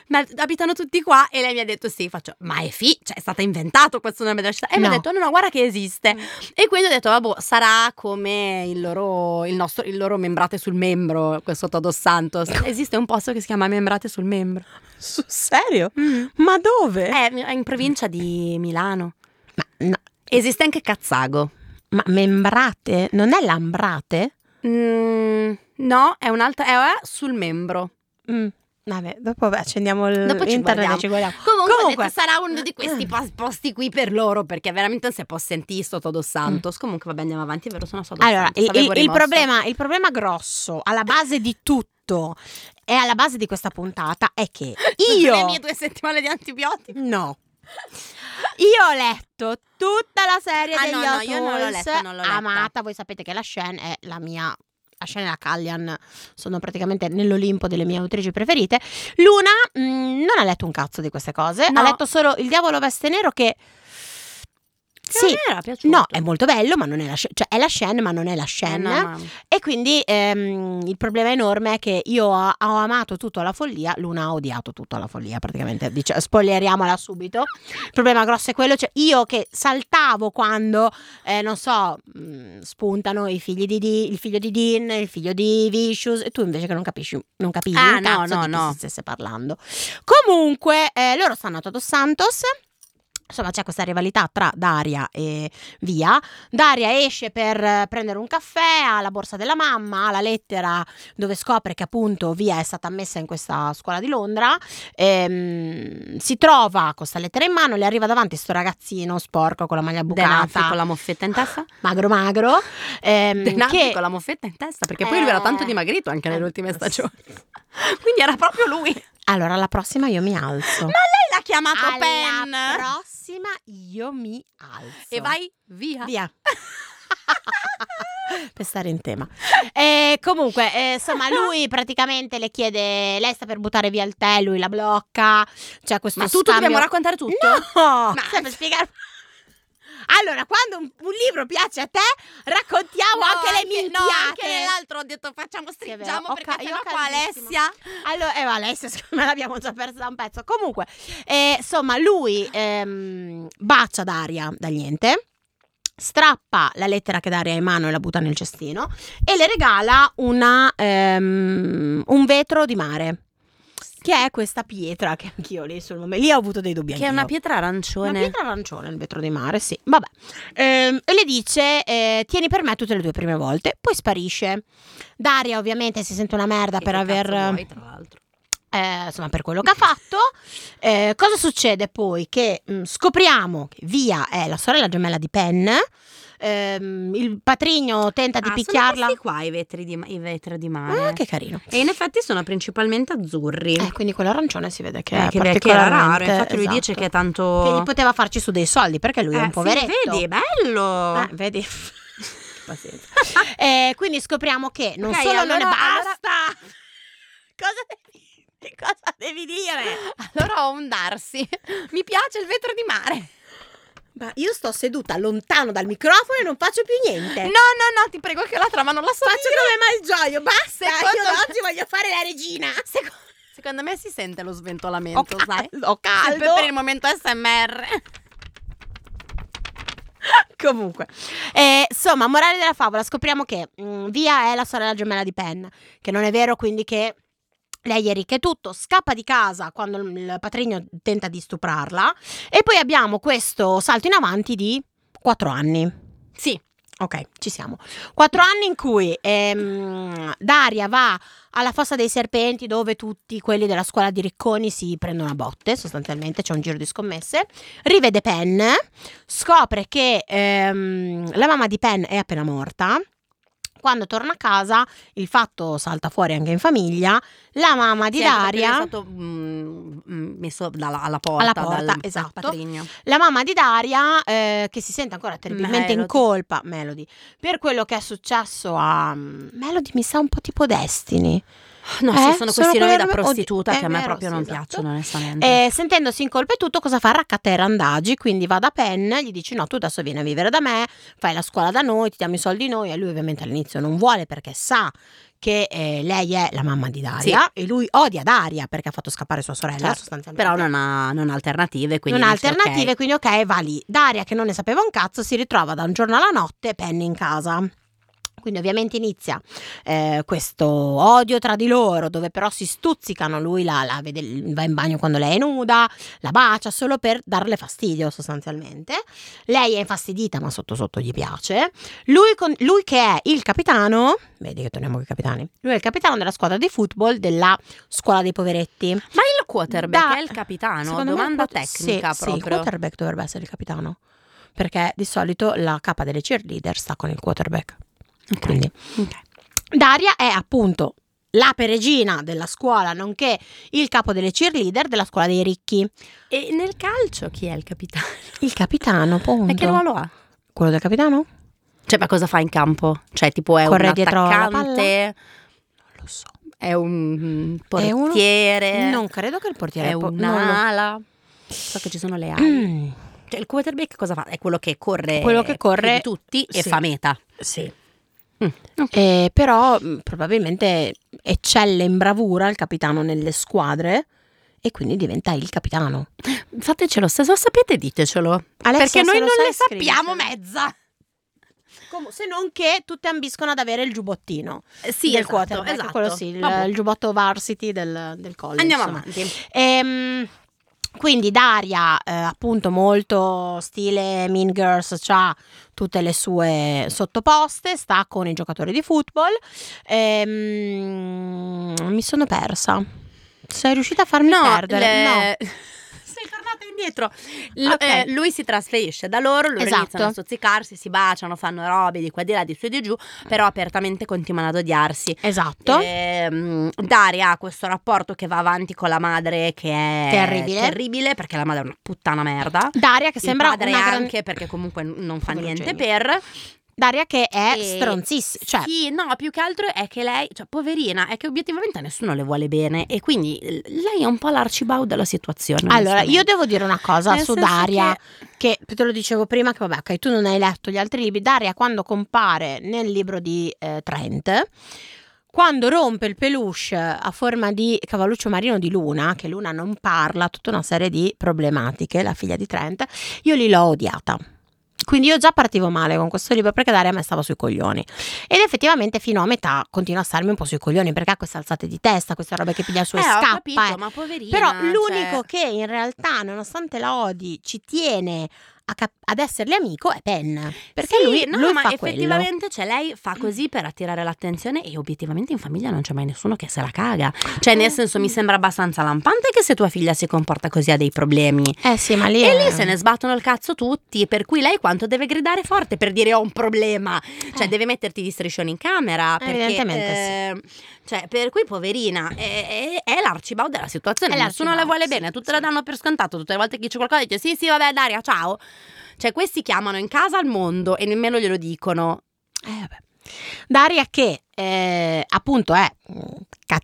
Speaker 1: Ma abitano tutti qua e lei mi ha detto sì, faccio, ma è fi, cioè è stato inventato questo nome della città. E mi ha
Speaker 2: No.
Speaker 1: detto no, no, guarda che esiste.
Speaker 2: Mm.
Speaker 1: E quindi ho detto, vabbè, sarà come il loro, il, nostro, il loro membrate sul membro, questo Todos Santos. Esiste un posto che si chiama membrate sul membro.
Speaker 2: Sul serio? Ma dove?
Speaker 1: È è in provincia di Milano.
Speaker 2: Eh, Ma, no,
Speaker 1: Esiste anche Cazzago.
Speaker 2: ma membrate? Non è lambrate?
Speaker 1: Mm, no, è un'altra. È eh, sul membro.
Speaker 2: Mm, Vabbè, dopo accendiamo il
Speaker 1: Dopo ci
Speaker 2: internet e
Speaker 1: guardiamo.
Speaker 2: ci guardiamo.
Speaker 1: Comunque,
Speaker 2: Comunque- Mm.
Speaker 1: ho detto, sarà uno di questi pos- posti qui per loro perché veramente non si può sentire sto Todo Santos. Comunque, vabbè, andiamo avanti, è vero? Sono Todo
Speaker 2: Mm. Allora,
Speaker 1: Santos,
Speaker 2: il,
Speaker 1: avevo
Speaker 2: il- il
Speaker 1: rimosso.
Speaker 2: problema, il problema grosso alla base di tutto e alla base di questa puntata è che
Speaker 1: Tutte le
Speaker 2: io
Speaker 1: mie due settimane di antibiotici.
Speaker 2: no. Io ho letto tutta la serie
Speaker 1: Ah,
Speaker 2: degli
Speaker 1: no, no, io non l'ho
Speaker 2: Hot Ones,
Speaker 1: letta, non l'ho letta.
Speaker 2: amata, voi sapete che la Shen è la mia la Shen e la Callian sono praticamente nell'Olimpo delle mie autrici preferite. Luna mh, non ha letto un cazzo di queste cose,
Speaker 1: No.
Speaker 2: ha letto solo Il diavolo veste nero che
Speaker 1: Che non
Speaker 2: sì,
Speaker 1: mi era piaciuto.
Speaker 2: no, è molto bello, ma non è la Shen, cioè è la Shen, ma non è la
Speaker 1: Eh,
Speaker 2: Shen.
Speaker 1: no, ma-
Speaker 2: E quindi ehm, il problema enorme è che io ho, ho amato tutto alla follia, Luna ha odiato tutto alla follia praticamente, dice, spoileriamola subito. Il problema grosso è quello, cioè io che saltavo quando, eh, non so, mh, spuntano i figli di, Di- il figlio di Dean, il figlio di Vicious, e tu invece che non capisci, non capisci
Speaker 1: Ah,
Speaker 2: un cazzo
Speaker 1: no, no,
Speaker 2: di chi
Speaker 1: no.
Speaker 2: si stesse parlando. Comunque, eh, loro stanno a Todos Santos. Insomma, c'è questa rivalità tra Daria e Via. Daria esce per eh, prendere un caffè, ha la borsa della mamma, ha la lettera dove scopre che appunto Via è stata ammessa in questa scuola di Londra. Ehm, si trova con questa lettera in mano, le arriva davanti sto ragazzino sporco con la maglia
Speaker 1: Denazzi con
Speaker 2: bucata,
Speaker 1: la moffetta in testa?
Speaker 2: magro magro. ehm,
Speaker 1: Denazzi
Speaker 2: Mm. che-
Speaker 1: con la moffetta in testa? Perché poi lui era tanto
Speaker 2: Eh.
Speaker 1: dimagrito anche nelle
Speaker 2: Eh,
Speaker 1: ultime
Speaker 2: sì.
Speaker 1: stagioni. Quindi era proprio lui.
Speaker 2: Allora, alla prossima io mi alzo.
Speaker 1: Ma lei l'ha chiamato
Speaker 2: alla
Speaker 1: Pen.
Speaker 2: prossima io mi alzo.
Speaker 1: E vai via.
Speaker 2: Via. per stare in tema. E comunque, eh, insomma, lui praticamente le chiede, lei sta per buttare via il tè, lui la blocca. C'è questo
Speaker 1: Ma tutto
Speaker 2: scambio-
Speaker 1: dobbiamo raccontare tutto?
Speaker 2: No!
Speaker 1: Ma-
Speaker 2: Cioè, per spiegare... Allora, quando un, un libro piace a te, raccontiamo
Speaker 1: No,
Speaker 2: anche le
Speaker 1: anche-
Speaker 2: minchiate.
Speaker 1: no, anche nell'altro ho detto facciamo
Speaker 2: Sì, è vero.
Speaker 1: stringiamo
Speaker 2: Ho
Speaker 1: perché
Speaker 2: ca-
Speaker 1: sennò
Speaker 2: io ho
Speaker 1: qua
Speaker 2: caldissimo.
Speaker 1: Alessia
Speaker 2: Allora, eh, Alessia, secondo me l'abbiamo già persa da un pezzo. Comunque, eh, insomma, lui ehm, bacia Daria da niente, strappa la lettera che Daria ha in mano e la butta nel cestino e le regala una, ehm, un vetro di mare, che è questa pietra che anch'io lì sul momento, lì ho avuto dei dubbi
Speaker 1: che è
Speaker 2: anch'io.
Speaker 1: una pietra
Speaker 2: Una
Speaker 1: arancione.
Speaker 2: pietra arancione, il vetro di mare, sì. Vabbè. Ehm, e le dice: eh, Tieni per me tutte le tue prime volte. Poi sparisce. Daria, ovviamente, si sente una merda per aver. ehm,
Speaker 1: tra l'altro.
Speaker 2: eh, insomma, per quello che ha fatto. Eh, cosa succede poi? Che mh, scopriamo che Via è la sorella gemella di Penn. Ehm, il patrigno tenta di picchiarla.
Speaker 1: Ah, Sono questi eh. qua i vetri di, ma- i vetri di mare.
Speaker 2: Ah, che carino.
Speaker 1: E in effetti sono principalmente azzurri.
Speaker 2: Eh, quindi quello arancione si vede che
Speaker 1: Eh, che,
Speaker 2: è
Speaker 1: che era raro.
Speaker 2: particolarmente-
Speaker 1: Infatti lui dice
Speaker 2: esatto.
Speaker 1: che è tanto.
Speaker 2: Che gli poteva farci su dei soldi perché lui è
Speaker 1: Eh,
Speaker 2: un
Speaker 1: sì,
Speaker 2: poveretto.
Speaker 1: vedi, è bello.
Speaker 2: Eh, vedi? Pazienza. Eh, quindi scopriamo che non
Speaker 1: Ok,
Speaker 2: solo non è
Speaker 1: allora-
Speaker 2: basta. Cosa devi, che cosa devi dire?
Speaker 1: Allora ho un darsi. Mi piace il vetro di mare.
Speaker 2: Ma io sto seduta lontano dal microfono e non faccio più niente.
Speaker 1: No, no, no, ti prego che la trama non la so
Speaker 2: faccio
Speaker 1: dire.
Speaker 2: come Malgioglio, basta.
Speaker 1: Secondo
Speaker 2: Io
Speaker 1: me-
Speaker 2: da oggi voglio fare la regina.
Speaker 1: Seco- Secondo me si sente lo sventolamento, sai?
Speaker 2: ho
Speaker 1: Sempre per il momento SMR.
Speaker 2: Comunque, Eh, insomma, morale della favola, scopriamo che mm, Via è la sorella gemella di Penn, che non è vero quindi che lei è ricca e tutto, scappa di casa quando il il patrigno tenta di stuprarla e poi abbiamo questo salto in avanti di 4 anni.
Speaker 1: Sì.
Speaker 2: Ok, ci siamo. 4 anni in cui ehm, Daria va alla fossa dei serpenti dove tutti quelli della scuola di Ricconi si prendono a botte, sostanzialmente c'è un giro di scommesse, rivede Penn, scopre che ehm, la mamma di Penn è appena morta. Quando torna a casa, il fatto salta fuori anche in famiglia. La mamma di
Speaker 1: Sì, anche perché
Speaker 2: Daria,
Speaker 1: È stato mm, mm, messo dalla- alla porta,
Speaker 2: Alla porta,
Speaker 1: dal,
Speaker 2: esatto.
Speaker 1: dal patrigno.
Speaker 2: la mamma di Daria, eh, che si sente ancora terribilmente in
Speaker 1: Melody.
Speaker 2: colpa, Melody, per quello che è successo a mm, Melody, mi sa un po' tipo Destiny.
Speaker 1: No,
Speaker 2: Eh?
Speaker 1: sì, sono questi
Speaker 2: Sono
Speaker 1: nomi da
Speaker 2: quelle-
Speaker 1: prostituta
Speaker 2: oddio,
Speaker 1: che
Speaker 2: è
Speaker 1: a me
Speaker 2: vero,
Speaker 1: proprio
Speaker 2: sì,
Speaker 1: non
Speaker 2: esatto. Eh,
Speaker 1: piacciono, onestamente.
Speaker 2: E sentendosi in colpa e tutto, cosa fa? Raccatta i randagi. Quindi va da Penn, gli dici: No, tu adesso vieni a vivere da me, fai la scuola da noi, ti diamo i soldi noi. E lui, ovviamente, all'inizio non vuole perché sa che eh, lei è la mamma di Daria e lui odia Daria perché ha fatto scappare sua sorella,
Speaker 1: Certo,
Speaker 2: sostanzialmente.
Speaker 1: Però non ha, non ha alternative, quindi
Speaker 2: non ha
Speaker 1: dice, ok.
Speaker 2: alternative, quindi ok, va lì. Daria, che non ne sapeva un cazzo, si ritrova da un giorno alla notte Penny in casa. Quindi ovviamente inizia eh, questo odio tra di loro, dove però si stuzzicano, lui la, la vede- va in bagno quando lei è nuda, la bacia solo per darle fastidio sostanzialmente. Lei è infastidita ma sotto sotto gli piace. Lui, con- lui che è il capitano, vedi che torniamo con i capitani, lui è il capitano della squadra di football della scuola dei poveretti.
Speaker 1: Ma il quarterback
Speaker 2: Da-
Speaker 1: è il capitano?
Speaker 2: Secondo me il
Speaker 1: Domanda
Speaker 2: quart-
Speaker 1: tecnica
Speaker 2: sì, sì, il
Speaker 1: proprio.
Speaker 2: quarterback dovrebbe essere il capitano, perché di solito la capa delle cheerleader sta con il quarterback.
Speaker 1: Ok.
Speaker 2: Quindi
Speaker 1: Ok.
Speaker 2: Daria è appunto la peregina della scuola, nonché il capo delle cheerleader della scuola dei ricchi.
Speaker 1: E nel calcio chi è il capitano?
Speaker 2: Il capitano, punto.
Speaker 1: E che ruolo ha?
Speaker 2: Quello del capitano? Non
Speaker 1: Cioè, ma cosa fa in campo? Cioè, tipo è
Speaker 2: Corre
Speaker 1: un
Speaker 2: dietro la
Speaker 1: attaccante,
Speaker 2: lo so.
Speaker 1: è un mm,
Speaker 2: È uno-
Speaker 1: portiere,
Speaker 2: Non credo che il portiere
Speaker 1: è
Speaker 2: po- non
Speaker 1: un'ala. So che ci sono le
Speaker 2: lo-
Speaker 1: ali. Cioè, il quarterback cosa fa? È quello che corre
Speaker 2: Quello che corre-
Speaker 1: più di tutti e
Speaker 2: sì.
Speaker 1: fa meta.
Speaker 2: Sì.
Speaker 1: Mm,
Speaker 2: Eh, però mh, probabilmente eccelle in bravura il capitano nelle squadre e quindi diventa il capitano.
Speaker 1: Fatecelo, se lo sapete ditecelo,
Speaker 2: Alessia,
Speaker 1: perché
Speaker 2: se
Speaker 1: noi
Speaker 2: lo
Speaker 1: non
Speaker 2: sai,
Speaker 1: le sappiamo
Speaker 2: scrivitelo.
Speaker 1: mezza.
Speaker 2: Com- se non che tutte ambiscono ad avere il giubbottino
Speaker 1: Sì,
Speaker 2: del
Speaker 1: esatto,
Speaker 2: quarterback,
Speaker 1: esatto.
Speaker 2: quello sì, il,
Speaker 1: Vabbè.
Speaker 2: il giubbotto varsity del, del college.
Speaker 1: Andiamo
Speaker 2: insomma.
Speaker 1: avanti.
Speaker 2: Ehm, quindi Daria, eh, appunto, molto stile Mean Girls, ha tutte le sue sottoposte, sta con i giocatori di football. Ehm, mi sono persa. Sei riuscita a farmi
Speaker 1: No,
Speaker 2: perdere?
Speaker 1: le- Sei tornato indietro. L-
Speaker 2: Ok.
Speaker 1: eh, lui si trasferisce da loro, loro
Speaker 2: Esatto.
Speaker 1: iniziano a stuzzicarsi, si baciano, fanno robe di qua di là, di su e di giù, però apertamente continuano ad odiarsi.
Speaker 2: Esatto.
Speaker 1: Ehm, Daria ha questo rapporto che va avanti con la madre che è
Speaker 2: Terribile.
Speaker 1: terribile, perché la madre è una puttana merda.
Speaker 2: Daria che
Speaker 1: Il
Speaker 2: sembra
Speaker 1: padre
Speaker 2: una gran-
Speaker 1: anche perché comunque n- non fa
Speaker 2: Povero
Speaker 1: niente
Speaker 2: genio.
Speaker 1: per
Speaker 2: Daria che è
Speaker 1: E-
Speaker 2: stronzissima, cioè
Speaker 1: sì, no, più che altro è che lei, cioè poverina, è che obiettivamente a nessuno le vuole bene e quindi l- lei è un po' l'arcibau della situazione.
Speaker 2: Allora, io
Speaker 1: onestamente.
Speaker 2: devo dire una cosa
Speaker 1: Nel
Speaker 2: su
Speaker 1: senso
Speaker 2: Daria,
Speaker 1: che-
Speaker 2: che... te lo dicevo prima, che vabbè, ok, tu non hai letto gli altri libri. Daria, quando compare nel libro di eh, Trent, quando rompe il peluche a forma di cavalluccio marino di Luna, che Luna non parla, tutta una serie di problematiche, la figlia di Trent, io lì l'ho odiata. Quindi io già partivo male con questo libro perché Daria me stava sui coglioni. Ed effettivamente fino a metà continua a starmi un po' sui coglioni perché ha queste alzate di testa, queste robe che piglia su e
Speaker 1: eh,
Speaker 2: scappa.
Speaker 1: ho capito,
Speaker 2: eh.
Speaker 1: ma poverina.
Speaker 2: Però
Speaker 1: cioè-
Speaker 2: l'unico che in realtà, nonostante la odi, ci tiene a cap- ad esserle amico è Pen. Perché
Speaker 1: Sì,
Speaker 2: lui,
Speaker 1: no,
Speaker 2: lui
Speaker 1: ma
Speaker 2: fa quello.
Speaker 1: effettivamente cioè, lei fa così per attirare l'attenzione e obiettivamente in famiglia non c'è mai nessuno che se la caga. Cioè, nel senso, mi sembra abbastanza lampante che se tua figlia si comporta così ha dei problemi.
Speaker 2: Eh sì, ma lì,
Speaker 1: E
Speaker 2: è-
Speaker 1: lì se ne sbattono il cazzo tutti, per cui lei quanto deve gridare forte per dire ho un problema, cioè
Speaker 2: Eh.
Speaker 1: deve metterti gli striscioni in camera, perché,
Speaker 2: Evidentemente sì.
Speaker 1: eh, cioè, per cui poverina, è, è- è l'arcibau della situazione,
Speaker 2: È
Speaker 1: nessuno la
Speaker 2: l'arcibau,
Speaker 1: vuole
Speaker 2: sì,
Speaker 1: bene, tutte
Speaker 2: sì.
Speaker 1: la danno per scontato, tutte le volte che dice qualcosa dice sì sì vabbè Daria ciao, cioè questi chiamano in casa al mondo e nemmeno glielo dicono.
Speaker 2: Eh, vabbè. Daria che eh, appunto è mm, ca-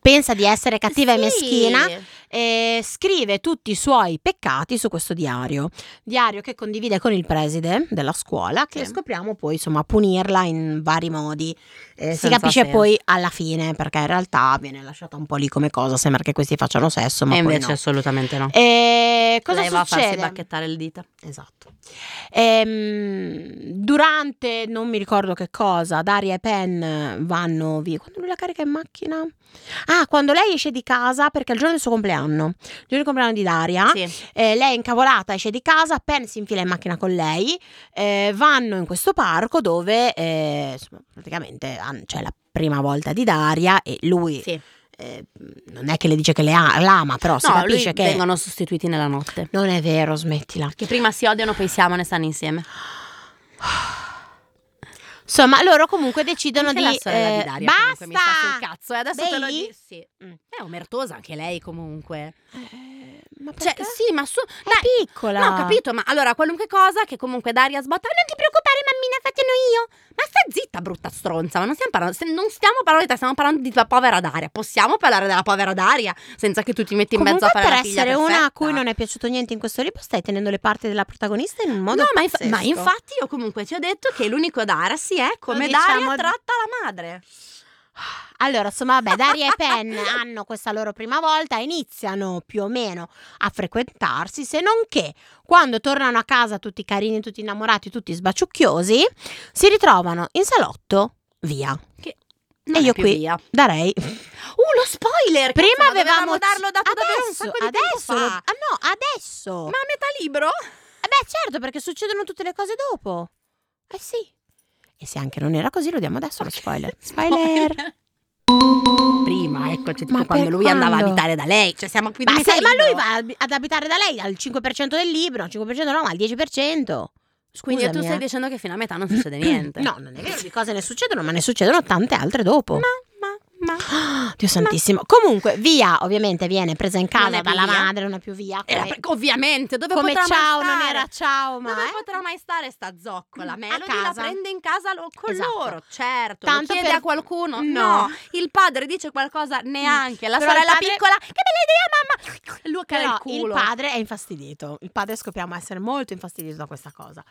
Speaker 2: pensa di essere cattiva e
Speaker 1: Sì.
Speaker 2: meschina e scrive tutti i suoi peccati su questo diario. Diario che condivide con il preside della scuola, che
Speaker 1: Sì.
Speaker 2: scopriamo poi insomma punirla in vari modi. Eh, si
Speaker 1: Senza
Speaker 2: capisce
Speaker 1: senso.
Speaker 2: poi alla fine, perché in realtà viene lasciata un po' lì come cosa, sembra che questi facciano sesso, ma
Speaker 1: E
Speaker 2: poi
Speaker 1: invece
Speaker 2: no.
Speaker 1: assolutamente no. Eh,
Speaker 2: E cosa
Speaker 1: lei va a farsi
Speaker 2: succede?
Speaker 1: bacchettare il dita.
Speaker 2: Esatto. Ehm, durante, non mi ricordo che cosa, Daria e Pen vanno via. Quando lui la carica in macchina? Ah, quando lei esce di casa perché è il giorno del suo compleanno. Il giorno del compleanno di Daria.
Speaker 1: Sì.
Speaker 2: Eh, lei è incavolata, esce di casa, Pen si infila in macchina con lei, eh, vanno in questo parco dove eh, insomma, praticamente han- c'è la prima volta di Daria e lui
Speaker 1: Sì.
Speaker 2: eh, non è che le dice che le a- l'ama, però si
Speaker 1: No, lui
Speaker 2: capisce che...
Speaker 1: vengono sostituiti nella notte.
Speaker 2: Non è vero, smettila.
Speaker 1: Che prima si odiano, poi si amano e stanno insieme.
Speaker 2: Insomma, loro comunque decidono
Speaker 1: Anche
Speaker 2: di...
Speaker 1: la sorella
Speaker 2: eh,
Speaker 1: di Daria comunque
Speaker 2: basta!
Speaker 1: mi sta sul cazzo e adesso te lo
Speaker 2: Bailey?
Speaker 1: dico sì. è omertosa anche lei comunque
Speaker 2: Eh, ma
Speaker 1: cioè
Speaker 2: perché?
Speaker 1: sì ma su
Speaker 2: È
Speaker 1: dai
Speaker 2: piccola.
Speaker 1: No, ho capito, ma allora qualunque cosa che comunque Daria sbotta, non ti preoccupare mammina, fatelo io. Ma sta zitta brutta stronza, ma non stiamo parlando, se- non stiamo parlando di te, stiamo parlando di tua povera Daria. Possiamo parlare della povera Daria senza che tu ti metti in
Speaker 2: Comunque
Speaker 1: mezzo a fare
Speaker 2: per
Speaker 1: la figlia
Speaker 2: essere una a
Speaker 1: perfetta?
Speaker 2: cui non è piaciuto niente in questo libro stai tenendo le parti della protagonista in un modo
Speaker 1: No, ma, inf-
Speaker 2: pazzesco.
Speaker 1: ma infatti io comunque ti ho detto che l'unico Darsi è come
Speaker 2: diciamo-
Speaker 1: Daria tratta la madre.
Speaker 2: Allora, insomma, vabbè, Daria e Pen hanno questa loro prima volta, iniziano più o meno a frequentarsi, se non che quando tornano a casa tutti carini, tutti innamorati, tutti sbaciucchiosi, si ritrovano in salotto via.
Speaker 1: Non
Speaker 2: E
Speaker 1: è
Speaker 2: io
Speaker 1: più
Speaker 2: qui-
Speaker 1: via.
Speaker 2: Darei.
Speaker 1: Uh, lo spoiler!
Speaker 2: Prima
Speaker 1: Cazzo, ma
Speaker 2: avevamo
Speaker 1: dovevamo darlo dato davvero un
Speaker 2: adesso,
Speaker 1: sacco di tempo
Speaker 2: adesso,
Speaker 1: fa.
Speaker 2: ah, no, adesso.
Speaker 1: Ma a metà libro?
Speaker 2: Eh beh, certo, perché succedono tutte le cose dopo. Eh sì. E se anche non era così, lo diamo adesso lo spoiler. Spoiler.
Speaker 1: Prima, ecco, cioè,
Speaker 2: Ma
Speaker 1: tipo quando
Speaker 2: per
Speaker 1: lui andava a
Speaker 2: quando?
Speaker 1: abitare da lei, cioè siamo qui di
Speaker 2: Ma,
Speaker 1: metà
Speaker 2: se- ma
Speaker 1: libro.
Speaker 2: lui va ab- ad abitare da lei al 5% del libro, no, 5% no, ma al 10%. Scusami,
Speaker 1: Quindi tu stai
Speaker 2: eh.
Speaker 1: dicendo che fino a metà non succede niente.
Speaker 2: No, non è vero, di cose ne succedono, ma ne succedono tante altre dopo.
Speaker 1: Ma, ma, ma.
Speaker 2: Ah, Dio santissimo. Comunque, via, ovviamente viene presa in
Speaker 1: Non
Speaker 2: casa
Speaker 1: è
Speaker 2: dalla
Speaker 1: via.
Speaker 2: madre, non è più via.
Speaker 1: Era
Speaker 2: Come,
Speaker 1: per- ovviamente, dove
Speaker 2: come
Speaker 1: potrà
Speaker 2: ciao,
Speaker 1: mai
Speaker 2: non
Speaker 1: stare?
Speaker 2: era ciao, ma
Speaker 1: Dove
Speaker 2: eh.
Speaker 1: potrà mai stare sta zoccola?
Speaker 2: A
Speaker 1: Melody la
Speaker 2: casa.
Speaker 1: prende in casa lo- con
Speaker 2: Esatto.
Speaker 1: loro, certo. lo
Speaker 2: Tanto
Speaker 1: chiede
Speaker 2: per-
Speaker 1: a qualcuno?
Speaker 2: No.
Speaker 1: Il padre dice qualcosa neanche. La
Speaker 2: Però il
Speaker 1: sorella
Speaker 2: padre-
Speaker 1: piccola, che bella idea, mamma! Lui cala
Speaker 2: Però
Speaker 1: il culo.
Speaker 2: padre è infastidito. Il padre scopriamo essere molto infastidito da questa cosa.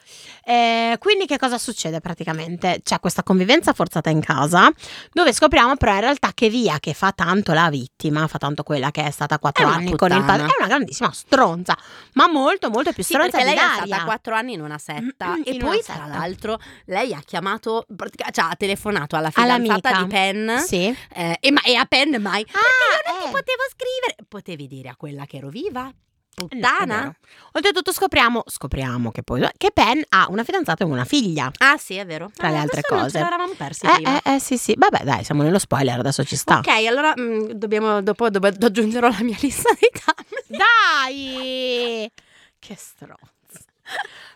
Speaker 2: Eh, quindi, che cosa succede praticamente? C'è questa convivenza forzata in casa, dove scopriamo però in realtà che Via, che fa tanto la vittima, fa tanto quella che è stata quattro
Speaker 1: È una
Speaker 2: anni con il padre,
Speaker 1: puttana.
Speaker 2: è una grandissima stronza, ma molto, molto più
Speaker 1: Sì,
Speaker 2: stronza
Speaker 1: perché
Speaker 2: di
Speaker 1: lei è
Speaker 2: Daria.
Speaker 1: stata quattro anni in una setta
Speaker 2: Mm,
Speaker 1: e
Speaker 2: in
Speaker 1: poi
Speaker 2: una
Speaker 1: tra
Speaker 2: setta.
Speaker 1: l'altro lei ha chiamato, pratica- cioè ha telefonato alla
Speaker 2: All'amica.
Speaker 1: fidanzata di Penn
Speaker 2: Sì.
Speaker 1: eh, e, ma- e a Penn mai
Speaker 2: Ah,
Speaker 1: io non ti
Speaker 2: eh.
Speaker 1: potevo scrivere. Potevi dire a quella che ero viva?
Speaker 2: No,
Speaker 1: Puttana?
Speaker 2: è vero. Oltretutto scopriamo, scopriamo che poi che Pen ha una fidanzata e una figlia.
Speaker 1: ah sì, è vero.
Speaker 2: Tra
Speaker 1: Ah,
Speaker 2: le altre
Speaker 1: questo non
Speaker 2: cose.
Speaker 1: Ce l'eravamo persi
Speaker 2: eh,
Speaker 1: prima.
Speaker 2: eh, eh, sì, sì. Vabbè, dai, siamo nello spoiler, adesso ci sta.
Speaker 1: Ok, allora mm, dobbiamo, dopo dopo aggiungerò la mia lista dei Tumblr.
Speaker 2: Dai! che stronza.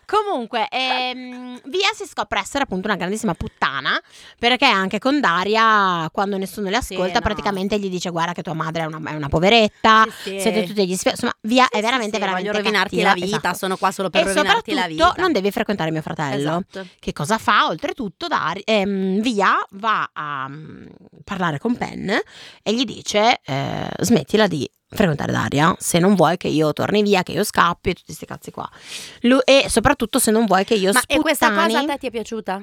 Speaker 2: Comunque, ehm, Via si scopre essere appunto una grandissima puttana perché anche con Daria, quando nessuno le
Speaker 1: Sì,
Speaker 2: ascolta,
Speaker 1: no.
Speaker 2: praticamente gli dice guarda che tua madre è una, è una poveretta,
Speaker 1: Sì, sì.
Speaker 2: siete tutti gli sfi- Insomma, Via
Speaker 1: Sì,
Speaker 2: è
Speaker 1: sì,
Speaker 2: veramente,
Speaker 1: sì,
Speaker 2: veramente
Speaker 1: Voglio rovinarti
Speaker 2: cattiva,
Speaker 1: la vita,
Speaker 2: esatto.
Speaker 1: sono qua solo per
Speaker 2: E
Speaker 1: rovinarti la vita.
Speaker 2: soprattutto non devi frequentare mio fratello.
Speaker 1: Esatto.
Speaker 2: Che cosa fa? Oltretutto, Dari- ehm, Via va a mm, parlare con Penn e gli dice: eh, smettila di frequentare Daria se non vuoi che io torni via, che io scappi e tutti questi cazzi qua. Lu- e soprattutto se non vuoi che io
Speaker 1: Ma e
Speaker 2: sputtani.
Speaker 1: questa cosa a te ti è piaciuta?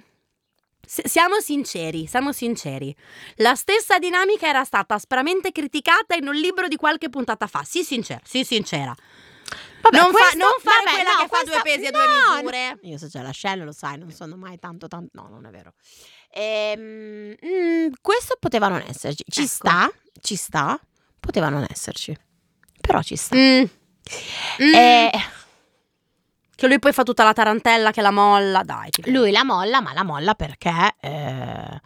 Speaker 1: S- siamo sinceri, siamo sinceri. La stessa dinamica era stata aspramente criticata in un libro di qualche puntata fa. Sì, sincera, sì, sincera.
Speaker 2: Vabbè,
Speaker 1: non, fa-
Speaker 2: questo-
Speaker 1: non fare
Speaker 2: vabbè,
Speaker 1: quella
Speaker 2: no,
Speaker 1: che
Speaker 2: questa-
Speaker 1: fa due pesi e
Speaker 2: no,
Speaker 1: due misure.
Speaker 2: Io so già l'ascello, lo sai, non sono mai tanto tanto. No, non è vero. Ehm, mm, questo poteva non esserci. Ci
Speaker 1: Ecco.
Speaker 2: sta, ci sta, poteva non esserci. Però ci sta.
Speaker 1: Mm. Mm.
Speaker 2: Eh,
Speaker 1: Che lui poi fa tutta la tarantella che la molla, dai. ti prego.
Speaker 2: lui la molla, ma la molla perché eh,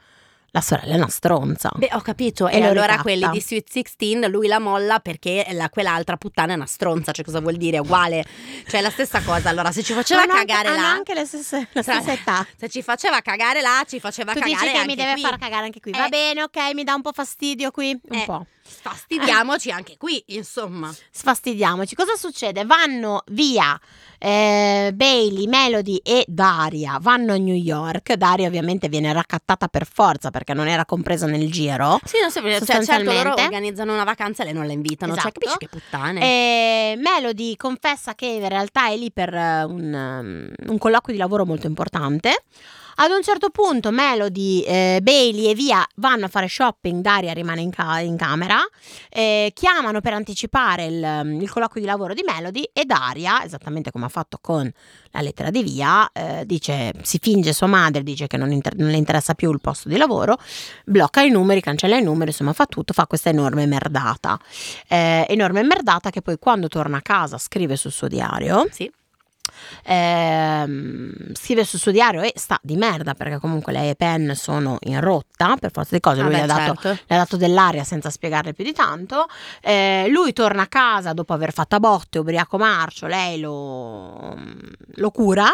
Speaker 2: la sorella è una stronza.
Speaker 1: Beh, ho capito.
Speaker 2: E
Speaker 1: Ecco. E,
Speaker 2: lo
Speaker 1: allora
Speaker 2: ricatta.
Speaker 1: quelli di Sweet 16, lui la molla perché la- quell'altra puttana è una stronza. Cioè, cosa vuol dire? È uguale. Cioè, è la stessa cosa. Allora, se ci faceva
Speaker 2: Hanno anche-
Speaker 1: cagare
Speaker 2: hanno
Speaker 1: là.
Speaker 2: anche le stesse, la
Speaker 1: Tra-
Speaker 2: stessa età.
Speaker 1: Se ci faceva cagare là, ci faceva
Speaker 2: Tu
Speaker 1: cagare
Speaker 2: dici che
Speaker 1: anche
Speaker 2: mi deve
Speaker 1: qui.
Speaker 2: far cagare anche qui.
Speaker 1: Eh.
Speaker 2: Va bene, ok, mi dà un po' fastidio qui. Un
Speaker 1: Eh.
Speaker 2: po'.
Speaker 1: Fastidiamoci anche qui, insomma.
Speaker 2: Sfastidiamoci. Cosa succede? Vanno via eh, Bailey, Melody e Daria. Vanno a New York. Daria ovviamente viene raccattata per forza perché non era compresa nel giro.
Speaker 1: Sì, non so, cioè, certo
Speaker 2: Sostanzialmente.
Speaker 1: loro organizzano una vacanza e lei non la invitano. Cioè,
Speaker 2: Esatto.
Speaker 1: capisci che puttane.
Speaker 2: E Eh, Melody confessa che in realtà è lì per eh, un, um, un colloquio di lavoro molto importante. Ad un certo punto Melody, eh, Bailey e via vanno a fare shopping, Daria rimane in, ca- in camera, eh, chiamano per anticipare il, um, il colloquio di lavoro di Melody e Daria, esattamente come ha fatto con la lettera di via, eh, dice, si finge sua madre, dice che non, inter- non le interessa più il posto di lavoro, blocca i numeri, cancella i numeri, insomma fa tutto, fa questa enorme merdata eh, enorme merdata che poi quando torna a casa scrive sul suo diario.
Speaker 1: Sì.
Speaker 2: Ehm, scrive sul suo diario e sta di merda perché comunque lei e Penn sono in rotta per forza di cose. Lui
Speaker 1: Vabbè,
Speaker 2: le ha, dato,
Speaker 1: certo.
Speaker 2: le ha dato dell'aria senza spiegarle più di tanto. Eh, lui torna a casa dopo aver fatto a botte, ubriaco marcio, lei lo, mm, lo cura.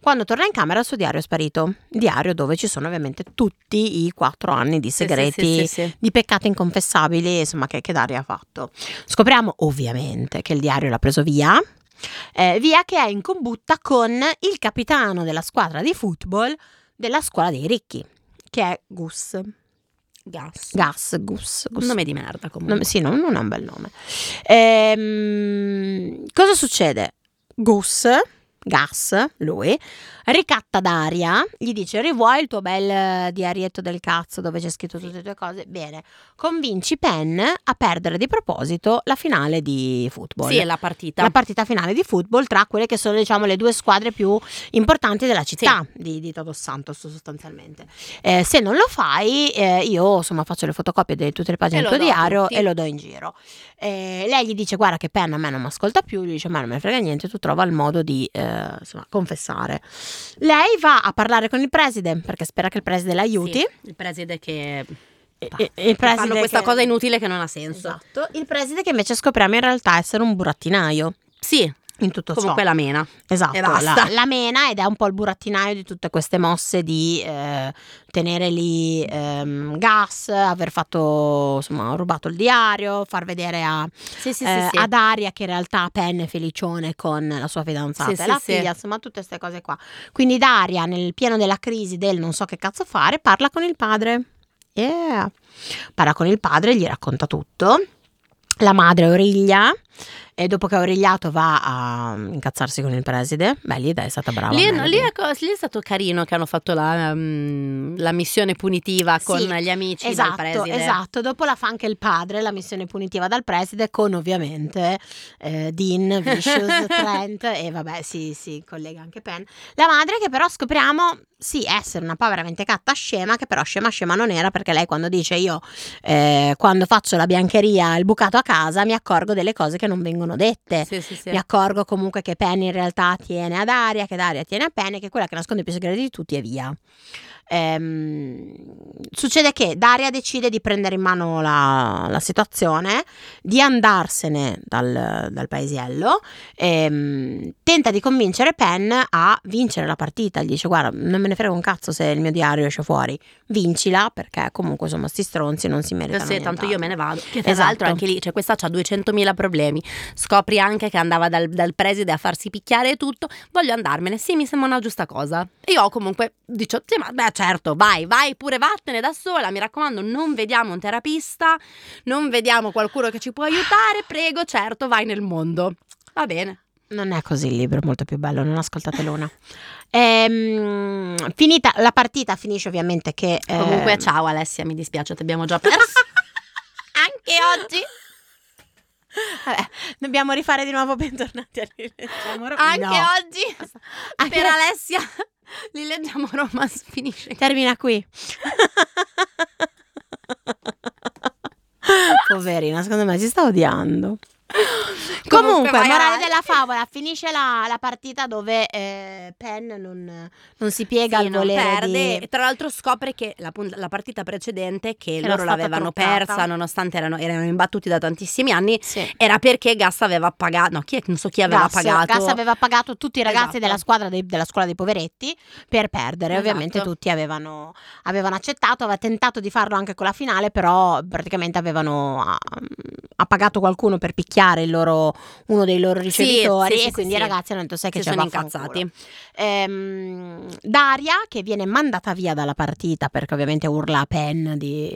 Speaker 2: Quando torna in camera il suo diario è sparito. Diario dove ci sono ovviamente tutti i quattro anni di
Speaker 1: Sì, sì,
Speaker 2: segreti
Speaker 1: sì, sì, sì.
Speaker 2: di peccati inconfessabili, insomma, che, che Daria ha fatto. Scopriamo ovviamente che il diario l'ha preso via. eh, via che è in combutta con il capitano della squadra di football della scuola dei ricchi, che è Gus.
Speaker 1: Gas.
Speaker 2: Gas, Gus, Gus.
Speaker 1: Un nome di merda comunque.
Speaker 2: Non- sì, non, non è un bel nome. Ehm, cosa succede? Gus Gas, lui, ricatta Daria, gli dice rivuoi il tuo bel eh, diarietto del cazzo dove c'è scritto tutte le tue cose, bene, convinci Penn a perdere di proposito la finale di football.
Speaker 1: Sì, è la partita.
Speaker 2: la partita finale di football tra quelle che sono diciamo le due squadre più importanti della città di, di Todos Santos sostanzialmente. Eh, se non lo fai eh, io insomma faccio le fotocopie di tutte le
Speaker 1: E
Speaker 2: pagine del
Speaker 1: lo
Speaker 2: tuo
Speaker 1: do a
Speaker 2: diario
Speaker 1: tutti.
Speaker 2: e lo do in giro. Eh, lei gli dice guarda che Penn a me non mi ascolta più, gli dice ma non me ne frega niente, tu trova il modo di eh, insomma, confessare. Lei va a parlare con il preside perché spera che il preside l'aiuti.
Speaker 1: Sì, il preside che
Speaker 2: E-
Speaker 1: Pa-
Speaker 2: e- e il preside
Speaker 1: fanno questa
Speaker 2: che-
Speaker 1: cosa inutile che non ha senso.
Speaker 2: Esatto. Il preside che invece scopriamo in realtà essere un burattinaio
Speaker 1: Sì,
Speaker 2: in tutto ciò.
Speaker 1: comunque la mena.
Speaker 2: Esatto,
Speaker 1: E basta.
Speaker 2: La, la mena ed è un po' il burattinaio di tutte queste mosse di eh, tenere lì ehm, gas, aver fatto, insomma, rubato il diario, far vedere a,
Speaker 1: Sì, sì,
Speaker 2: eh,
Speaker 1: sì.
Speaker 2: ad Aria che in realtà Penn è felicione con la sua fidanzata
Speaker 1: Sì,
Speaker 2: e
Speaker 1: sì,
Speaker 2: la
Speaker 1: sì.
Speaker 2: figlia, insomma, tutte queste cose qua. Quindi Daria, nel pieno della crisi del non so che cazzo fare, parla con il padre. Yeah. Parla con il padre, gli racconta tutto. La madre origlia e dopo che ha origliato va a mm, incazzarsi con il preside. Beh, lì dai, è stata brava.
Speaker 1: Lì,
Speaker 2: Melody.
Speaker 1: lì è, co- lì è stato carino che hanno fatto la, mm, la missione punitiva con
Speaker 2: Sì,
Speaker 1: gli amici del
Speaker 2: Esatto,
Speaker 1: preside.
Speaker 2: esatto. Dopo la fa anche il padre, la missione punitiva dal preside, con ovviamente eh, Dean, Vicious, Trent e vabbè, si collega anche Penn. La madre che però scopriamo, sì, essere una povera mentecatta scema, che però scema scema non era perché lei quando dice io eh, quando faccio la biancheria, il bucato a casa, mi accorgo delle cose che non vengono dette
Speaker 1: Sì, sì, sì.
Speaker 2: mi accorgo comunque che Penny in realtà tiene ad Aria, che Daria tiene a Penny, che quella che nasconde più segreti di tutti è via. Ehm, succede che Daria decide di prendere in mano la, la situazione, di andarsene dal, dal paesiello, ehm, tenta di convincere Penn a vincere la partita. Gli dice: Guarda, non me ne frega un cazzo se il mio diario esce fuori, vincila perché comunque insomma, sti stronzi non si meritano.
Speaker 1: Sì, tanto
Speaker 2: nient'altro."
Speaker 1: io me ne vado. Che tra
Speaker 2: Esatto.
Speaker 1: l'altro anche lì, cioè questa ha 200.000 problemi. Scopri anche che andava dal, dal preside a farsi picchiare e tutto. Voglio andarmene. Sì, mi sembra una giusta cosa. E io comunque dico, sì, ma beh, certo, vai, vai pure, vattene da sola. Mi raccomando, non vediamo un terapista, non vediamo qualcuno che ci può aiutare. Prego, certo, vai nel mondo. Va bene.
Speaker 2: Non è così il libro, è molto più bello, non ascoltate l'una. Ehm, finita la partita, finisce ovviamente che... eh,
Speaker 1: Comunque, ciao Alessia, mi dispiace, ti abbiamo già perso. anche oggi.
Speaker 2: Vabbè, dobbiamo rifare di nuovo bentornati a Rileggiamo Rom-
Speaker 1: Anche
Speaker 2: No.
Speaker 1: oggi.
Speaker 2: Anche-
Speaker 1: Per Alessia, li leggiamo romance finisce.
Speaker 2: Termina qui. Poverina, secondo me si sta odiando. Comunque,
Speaker 1: vai
Speaker 2: morale
Speaker 1: avanti.
Speaker 2: della favola, finisce la, la partita dove eh, Penn non, non si piega
Speaker 1: Sì,
Speaker 2: al
Speaker 1: no,
Speaker 2: volere
Speaker 1: perde.
Speaker 2: di...
Speaker 1: E Tra l'altro scopre che la, pun- la partita precedente, che
Speaker 2: Era
Speaker 1: loro
Speaker 2: stata
Speaker 1: l'avevano
Speaker 2: truccata.
Speaker 1: persa, nonostante erano, erano imbattuti da tantissimi anni,
Speaker 2: Sì.
Speaker 1: era perché Gas aveva pagato, no, chi è- non so chi aveva
Speaker 2: Gas,
Speaker 1: pagato.
Speaker 2: Gas aveva pagato tutti i ragazzi
Speaker 1: Esatto.
Speaker 2: della, squadra dei- della scuola dei poveretti per perdere.
Speaker 1: Esatto.
Speaker 2: Ovviamente tutti avevano, avevano accettato, aveva tentato di farlo anche con la finale, però praticamente avevano ah, ha pagato qualcuno per picchiare il loro- uno dei loro
Speaker 1: Sì,
Speaker 2: ricevitori
Speaker 1: sì,
Speaker 2: e
Speaker 1: sì,
Speaker 2: quindi
Speaker 1: sì.
Speaker 2: i ragazzi hanno detto sai che
Speaker 1: si
Speaker 2: c'è
Speaker 1: sono
Speaker 2: vaffanculo".
Speaker 1: incazzati.
Speaker 2: Ehm, Daria che viene mandata via dalla partita perché ovviamente urla a Penn di,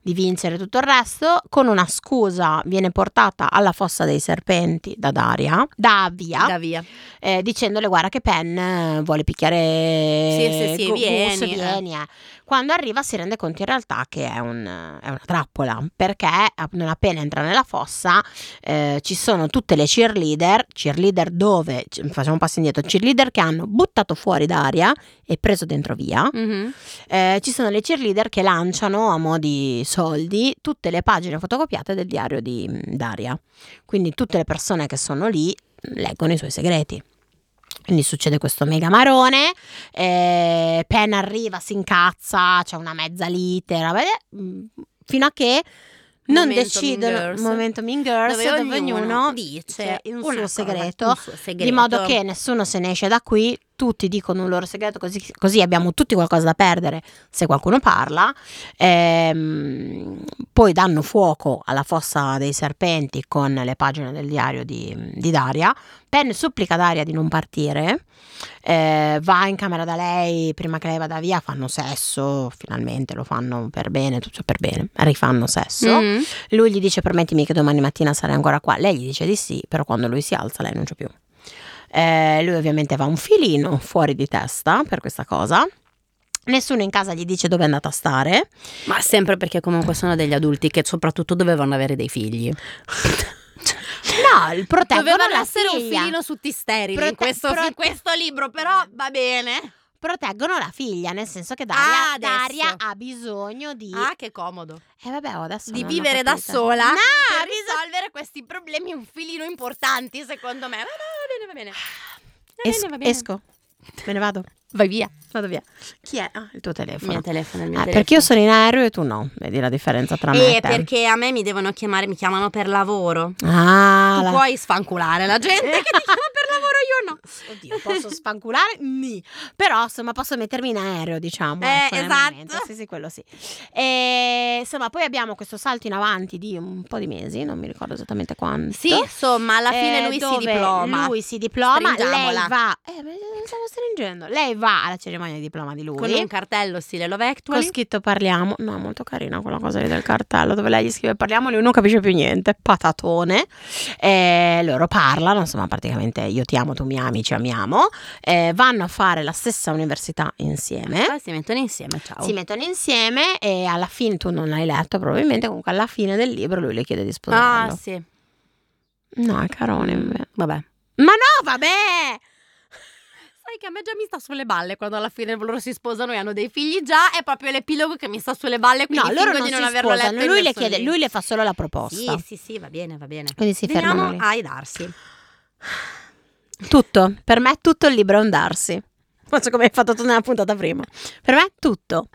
Speaker 2: di vincere tutto il resto, con una scusa viene portata alla fossa dei serpenti da Daria, da Via,
Speaker 1: Da via.
Speaker 2: eh, dicendole guarda che Penn eh, vuole picchiare
Speaker 1: Sì, sì, sì,
Speaker 2: Gu-
Speaker 1: vieni,
Speaker 2: Gus,
Speaker 1: eh.
Speaker 2: vieni, eh. Quando arriva si rende conto in realtà che è, un- è una trappola, perché eh, non appena entra nella fossa eh, ci sono tutte le cheerleader, cheerleader dove, c- facciamo un passo indietro, cheerleader che hanno buttato fuori d'aria e preso dentro via,
Speaker 1: Mhm.
Speaker 2: eh, ci sono le cheerleader che lanciano a mo' di soldi tutte le pagine fotocopiate del diario di mm, Daria. Quindi tutte le persone che sono lì mm, leggono i suoi segreti. Quindi succede questo mega marone, eh, Penn arriva, si incazza, c'è una mezza lite, roba- eh, mm, fino a che non
Speaker 1: Momento
Speaker 2: decidono,
Speaker 1: Mean Girls.
Speaker 2: momento Mean Girls, dove, ognuno
Speaker 1: dice
Speaker 2: dice un
Speaker 1: una
Speaker 2: suo
Speaker 1: cosa,
Speaker 2: segreto,
Speaker 1: un suo segreto.
Speaker 2: di modo che nessuno se ne esce da qui, tutti dicono un loro segreto, così, così abbiamo tutti qualcosa da perdere se qualcuno parla. Ehm, poi danno fuoco alla fossa dei serpenti con le pagine del diario di, di Daria. Penn supplica Daria di non partire, eh, va in camera da lei prima che lei vada via, fanno sesso, finalmente lo fanno per bene, tutto per bene, rifanno sesso.
Speaker 1: Mhm.
Speaker 2: Lui gli dice: Promettimi che domani mattina sarai ancora qua. Lei gli dice di sì, però quando lui si alza, lei non c'è più. Eh, lui ovviamente va un filino fuori di testa per questa cosa. Nessuno in casa gli dice dove è andata a stare.
Speaker 1: Ma sempre perché comunque sono degli adulti che soprattutto dovevano avere dei figli.
Speaker 2: No, il proteggono
Speaker 1: Dovevano
Speaker 2: la
Speaker 1: essere un
Speaker 2: figlia.
Speaker 1: filino su tisterili in,
Speaker 2: Prote-
Speaker 1: questo,
Speaker 2: prote-
Speaker 1: in questo libro, però va bene.
Speaker 2: Proteggono la figlia, nel senso che Daria,
Speaker 1: Ah, adesso.
Speaker 2: Daria ha bisogno di...
Speaker 1: Ah, che comodo.
Speaker 2: Eh, vabbè, oh, adesso
Speaker 1: di
Speaker 2: non ho
Speaker 1: vivere da
Speaker 2: capito.
Speaker 1: sola
Speaker 2: No,
Speaker 1: per
Speaker 2: riso-
Speaker 1: risolvere questi problemi un filino importanti, secondo me. Va, va- va bene, va bene. Va
Speaker 2: Ah, Es-
Speaker 1: bene, va bene.
Speaker 2: Esco, me ne vado.
Speaker 1: Vai via, vado via.
Speaker 2: Chi è? Ah, il tuo
Speaker 1: Il
Speaker 2: telefono.
Speaker 1: mio telefono, il mio
Speaker 2: Ah,
Speaker 1: telefono.
Speaker 2: perché io sono in aereo e tu no, vedi la differenza tra me e
Speaker 1: Eh,
Speaker 2: te.
Speaker 1: perché a me mi devono chiamare, mi chiamano per lavoro.
Speaker 2: Ah,
Speaker 1: Tu
Speaker 2: la-
Speaker 1: puoi sfanculare la gente che ti chiama per lavoro, io no.
Speaker 2: Oddio, posso spanculare? Ni. Però, insomma, posso mettermi in aereo, diciamo.
Speaker 1: Eh,
Speaker 2: ecco, nel
Speaker 1: esatto.
Speaker 2: momento. Sì, sì, quello sì. E, insomma, poi abbiamo questo salto in avanti di un po' di mesi, non mi ricordo esattamente quando.
Speaker 1: Sì, insomma, alla fine
Speaker 2: Eh,
Speaker 1: lui si
Speaker 2: dove
Speaker 1: diploma.
Speaker 2: Lui si diploma, lei
Speaker 1: Stringiamola.
Speaker 2: va. Eh, ma stavo stringendo. Lei va alla cerimonia di diploma di lui.
Speaker 1: Con un cartello stile Love
Speaker 2: Con
Speaker 1: Actually.
Speaker 2: scritto parliamo. No, molto carina quella cosa lì del cartello dove lei gli scrive parliamo, lui non capisce più niente, patatone. E loro parlano, insomma, praticamente io ti amo, tu mi ami, ci amiamo. Eh, vanno a fare la stessa università insieme.
Speaker 1: Poi si mettono insieme, ciao.
Speaker 2: Eh? Si mettono insieme e alla fine tu non l'hai letto, probabilmente comunque alla fine del libro lui le chiede di sposarlo.
Speaker 1: ah, sì.
Speaker 2: No, è carone. vabbè.
Speaker 1: Vabbè.
Speaker 2: Ma no, vabbè!
Speaker 1: Sai che a me già mi sta sulle balle quando alla fine loro si sposano e hanno dei figli già, è proprio l'epilogo che mi sta sulle balle, quindi
Speaker 2: No, loro
Speaker 1: fingo
Speaker 2: non,
Speaker 1: di non
Speaker 2: si
Speaker 1: averlo
Speaker 2: sposano,
Speaker 1: letto. in
Speaker 2: lui le
Speaker 1: nessun
Speaker 2: chiede,
Speaker 1: libro.
Speaker 2: lui le fa solo la proposta.
Speaker 1: Sì, sì, sì, va bene, va bene.
Speaker 2: Quindi si fermano
Speaker 1: Veniamo
Speaker 2: lì.
Speaker 1: ai darsi.
Speaker 2: Tutto, per me tutto il libro è un darsi. Faccio come hai fatto tu nella puntata prima. Per me tutto.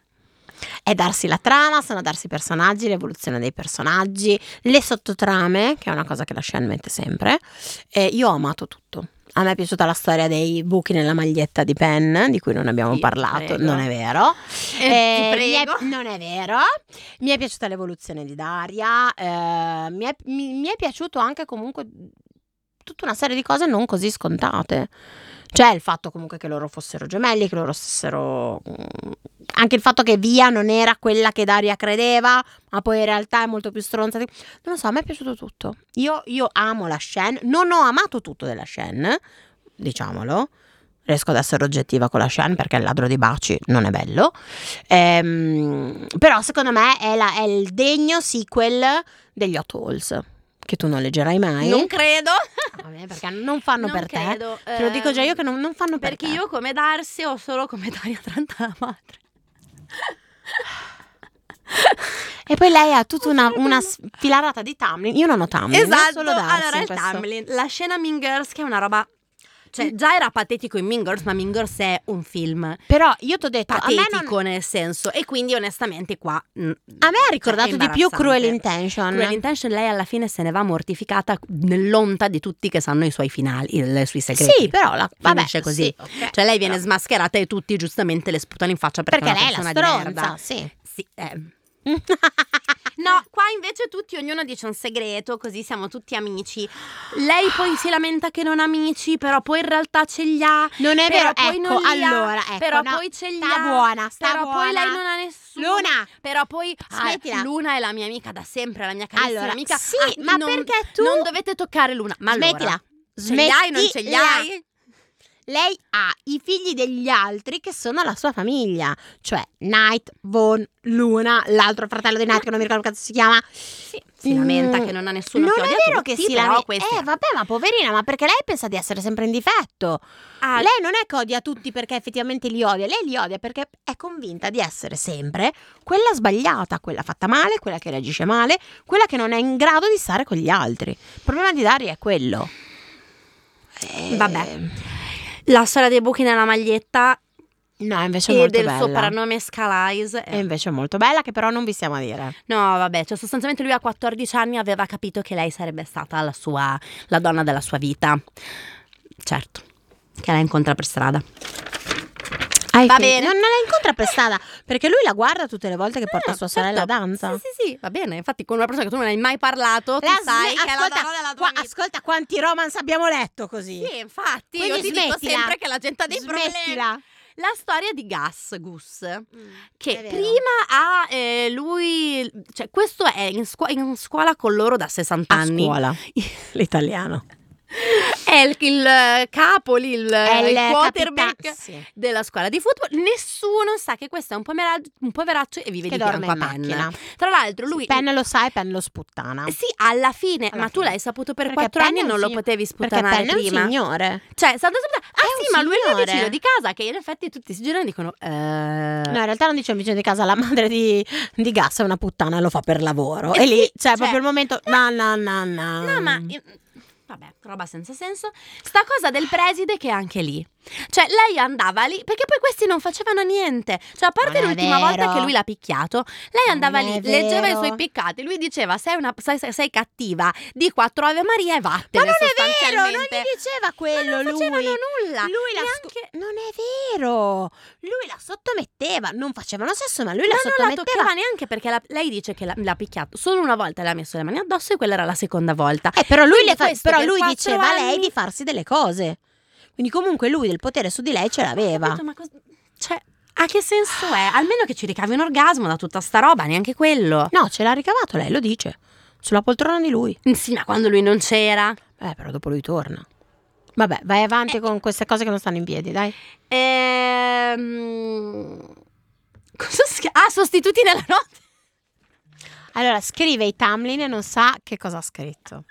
Speaker 2: È darsi la trama, sono darsi i personaggi, l'evoluzione dei personaggi, le sottotrame, che è una cosa che la Shen mette sempre. E io ho amato tutto. A me è piaciuta la storia dei buchi nella maglietta di Pen, di cui non abbiamo
Speaker 1: Sì,
Speaker 2: parlato,
Speaker 1: prego.
Speaker 2: non è vero.
Speaker 1: Eh,
Speaker 2: Eh,
Speaker 1: ti
Speaker 2: mi è-
Speaker 1: prego.
Speaker 2: non è vero. Mi è piaciuta l'evoluzione di Daria. eh, mi, è, mi- mi è piaciuto anche comunque tutta una serie di cose non così scontate. Cioè il fatto comunque che loro fossero gemelli, che loro stessero... mm, Anche il fatto che Via non era quella che Daria credeva, ma poi in realtà è molto più stronza. di- Non lo so, a me è piaciuto tutto. Io, io amo la Shen, non ho amato tutto della Shen, diciamolo. Riesco ad essere oggettiva con la Shen perché il ladro di baci non è bello. Ehm, però secondo me è, la- è il degno sequel degli Hot Halls, che tu non leggerai mai.
Speaker 1: Non credo.
Speaker 2: Va bene, perché non fanno
Speaker 1: Non
Speaker 2: per te.
Speaker 1: credo.
Speaker 2: Te lo dico già io che
Speaker 1: ehm,
Speaker 2: non, non fanno per
Speaker 1: Perché
Speaker 2: te.
Speaker 1: io come darsi ho solo come Daria Tranta la madre.
Speaker 2: E poi lei ha tutta
Speaker 1: Oh,
Speaker 2: una,
Speaker 1: sarebbe
Speaker 2: una
Speaker 1: bello.
Speaker 2: sfilarata di Tamlin. Io non ho Tamlin, ho
Speaker 1: Esatto,
Speaker 2: solo Darcy
Speaker 1: allora
Speaker 2: in
Speaker 1: il
Speaker 2: questo.
Speaker 1: Tamlin, la scena Mean Girls che è una roba... Cioè già era patetico in Mean Girls, ma Mean Girls è un film
Speaker 2: Però io ti ho detto, a me, non-
Speaker 1: patetico nel senso e quindi onestamente qua... mm,
Speaker 2: a me ha ricordato
Speaker 1: cioè, è
Speaker 2: di più Cruel
Speaker 1: imbarazzante.
Speaker 2: Intention.
Speaker 1: Cruel Intention lei alla fine se ne va mortificata nell'onta di tutti che sanno i suoi finali, il- i suoi segreti.
Speaker 2: Sì, però la, vabbè,
Speaker 1: Finisce così.
Speaker 2: sì, ok.
Speaker 1: Cioè lei viene
Speaker 2: Però-
Speaker 1: smascherata e tutti giustamente le sputano in faccia perché,
Speaker 2: perché
Speaker 1: è
Speaker 2: lei è
Speaker 1: una
Speaker 2: la
Speaker 1: persona di merda.
Speaker 2: stronza, sì.
Speaker 1: Sì, eh. No,
Speaker 2: Mm.
Speaker 1: qua invece tutti, ognuno dice un segreto, così siamo tutti amici. Lei poi si lamenta che non ha amici, però poi in realtà ce li ha.
Speaker 2: non è
Speaker 1: Però
Speaker 2: vero,
Speaker 1: poi
Speaker 2: ecco,
Speaker 1: non li ha,
Speaker 2: allora, ecco,
Speaker 1: però
Speaker 2: no,
Speaker 1: poi ce li
Speaker 2: sta
Speaker 1: ha.
Speaker 2: buona, sta
Speaker 1: però
Speaker 2: buona.
Speaker 1: poi lei non ha nessuno.
Speaker 2: Luna,
Speaker 1: Però poi ah,
Speaker 2: Smettila.
Speaker 1: Luna è la mia amica da sempre, la mia carissima
Speaker 2: Allora,
Speaker 1: amica.
Speaker 2: sì,
Speaker 1: Ah,
Speaker 2: ma
Speaker 1: non-
Speaker 2: perché tu
Speaker 1: Non dovete toccare Luna. Ma allora,
Speaker 2: smettila.
Speaker 1: ce li hai non ce li
Speaker 2: Smettila.
Speaker 1: hai?
Speaker 2: Lei ha i figli degli altri che sono la sua famiglia, cioè Knight, Von, Luna, l'altro fratello di Knight che non mi ricordo come cazzo si chiama.
Speaker 1: Sì, si lamenta
Speaker 2: Mm.
Speaker 1: che non ha nessuno
Speaker 2: non
Speaker 1: che
Speaker 2: è
Speaker 1: odia
Speaker 2: vero
Speaker 1: tutti,
Speaker 2: che si
Speaker 1: però
Speaker 2: lamenta.
Speaker 1: questi-
Speaker 2: Eh, vabbè, ma poverina, ma perché lei pensa di essere sempre in difetto?
Speaker 1: Ah,
Speaker 2: Lei non è che odia tutti perché effettivamente li odia, lei li odia perché è convinta di essere sempre quella sbagliata, quella fatta male, quella che reagisce male, quella che non è in grado di stare con gli altri. Il problema di Daria è quello. Eh,
Speaker 1: Vabbè. La storia dei buchi nella maglietta
Speaker 2: No, invece è
Speaker 1: e
Speaker 2: molto
Speaker 1: del
Speaker 2: bella.
Speaker 1: suo paranome Scal Eyes.
Speaker 2: È
Speaker 1: eh,
Speaker 2: invece molto bella che però non vi stiamo a dire.
Speaker 1: No, vabbè, cioè sostanzialmente lui a 14 anni aveva capito che lei sarebbe stata la sua la donna della sua vita. Certo. Che la incontra per strada.
Speaker 2: Hai
Speaker 1: Va
Speaker 2: finito?
Speaker 1: bene.
Speaker 2: Non, non la incontra per strada perché lui la guarda tutte le volte che porta
Speaker 1: Ah,
Speaker 2: sua
Speaker 1: certo.
Speaker 2: sorella a danza.
Speaker 1: Sì, sì, sì, va bene. Infatti, con una persona che tu non hai mai parlato, tu
Speaker 2: La
Speaker 1: sai
Speaker 2: sme-
Speaker 1: che è la donna della tua
Speaker 2: qua-
Speaker 1: vita.
Speaker 2: ascolta quanti romance abbiamo letto così.
Speaker 1: Sì, infatti,
Speaker 2: Quindi
Speaker 1: io ti dico
Speaker 2: smettila.
Speaker 1: sempre che la gente ha dei problemi.
Speaker 2: Smettila.
Speaker 1: La storia di Gus, Gus, che
Speaker 2: È vero.
Speaker 1: prima ha eh, lui, cioè questo è in, scu- in scuola con loro da 60
Speaker 2: a
Speaker 1: anni.
Speaker 2: scuola l'italiano.
Speaker 1: È il, il, eh, capo, lì, il,
Speaker 2: È
Speaker 1: il
Speaker 2: capita-
Speaker 1: quarterback
Speaker 2: sì,
Speaker 1: della scuola di football. Nessuno sa che questo è un, povera- un poveraccio e vive
Speaker 2: che
Speaker 1: di
Speaker 2: dorme
Speaker 1: fianco a
Speaker 2: in
Speaker 1: Penn.
Speaker 2: macchina.
Speaker 1: Tra l'altro lui...
Speaker 2: Penn lo sa e Penn lo sputtana.
Speaker 1: Sì, alla fine,
Speaker 2: Alla
Speaker 1: ma tu
Speaker 2: fine.
Speaker 1: l'hai saputo per
Speaker 2: Perché
Speaker 1: quattro
Speaker 2: Penn è
Speaker 1: anni e
Speaker 2: un
Speaker 1: non lo
Speaker 2: signor-
Speaker 1: potevi
Speaker 2: Perché
Speaker 1: sputtanare
Speaker 2: Penn è un
Speaker 1: prima.
Speaker 2: signore.
Speaker 1: Cioè, è stato sputtanato-
Speaker 2: È
Speaker 1: Ah,
Speaker 2: un
Speaker 1: sì, ma lui è il
Speaker 2: signore.
Speaker 1: vicino di casa, che in effetti tutti si girano e dicono. eh,
Speaker 2: No, in realtà non dice un vicino di casa, la madre di, di Gas è una puttana e lo fa per lavoro. E lì, cioè,
Speaker 1: cioè-
Speaker 2: proprio il momento... No, no, no, no.
Speaker 1: No, ma. eh, Vabbè, roba senza senso. Sta cosa del preside che è anche lì. Cioè, lei andava lì perché poi questi non facevano niente. Cioè, a parte
Speaker 2: Non è
Speaker 1: l'ultima volta
Speaker 2: vero.
Speaker 1: che lui l'ha picchiato, lei
Speaker 2: Non
Speaker 1: andava
Speaker 2: è
Speaker 1: lì,
Speaker 2: vero.
Speaker 1: leggeva i suoi piccati, lui diceva sei, una, sei, sei- sei cattiva, di quattro Ave Maria e vattene
Speaker 2: Ma non è vero, non
Speaker 1: sostanzialmente.
Speaker 2: gli diceva
Speaker 1: Ma
Speaker 2: quello
Speaker 1: non
Speaker 2: lui.
Speaker 1: facevano nulla.
Speaker 2: Lui la
Speaker 1: neanche-
Speaker 2: scu- Non è vero. Lui la sottometteva, non facevano sesso, ma lui
Speaker 1: Ma
Speaker 2: la
Speaker 1: non la
Speaker 2: sottometteva.
Speaker 1: toccava neanche perché la- lei dice che la- l'ha picchiato solo una volta le ha messo le mani addosso e quella era la seconda volta.
Speaker 2: Eh, però lui,
Speaker 1: Quindi
Speaker 2: le fa-
Speaker 1: questo
Speaker 2: però
Speaker 1: per
Speaker 2: lui
Speaker 1: quattro
Speaker 2: diceva a lei
Speaker 1: anni-
Speaker 2: di farsi delle cose. Quindi comunque lui del potere su di lei ce l'aveva.
Speaker 1: Capito? Ma cos- cioè, a che senso è? Almeno che ci ricavi un orgasmo da tutta sta roba, neanche quello.
Speaker 2: No, ce l'ha ricavato lei, lo dice. Sulla poltrona di lui.
Speaker 1: Sì, ma quando lui non c'era.
Speaker 2: Eh, però dopo lui torna. Vabbè, vai
Speaker 1: Eh.
Speaker 2: avanti con queste cose che non stanno in piedi, dai.
Speaker 1: Ehm... Cosa schi- ah, sostituti nella notte.
Speaker 2: Allora, scrive i Tamlin e non sa che cosa ha scritto.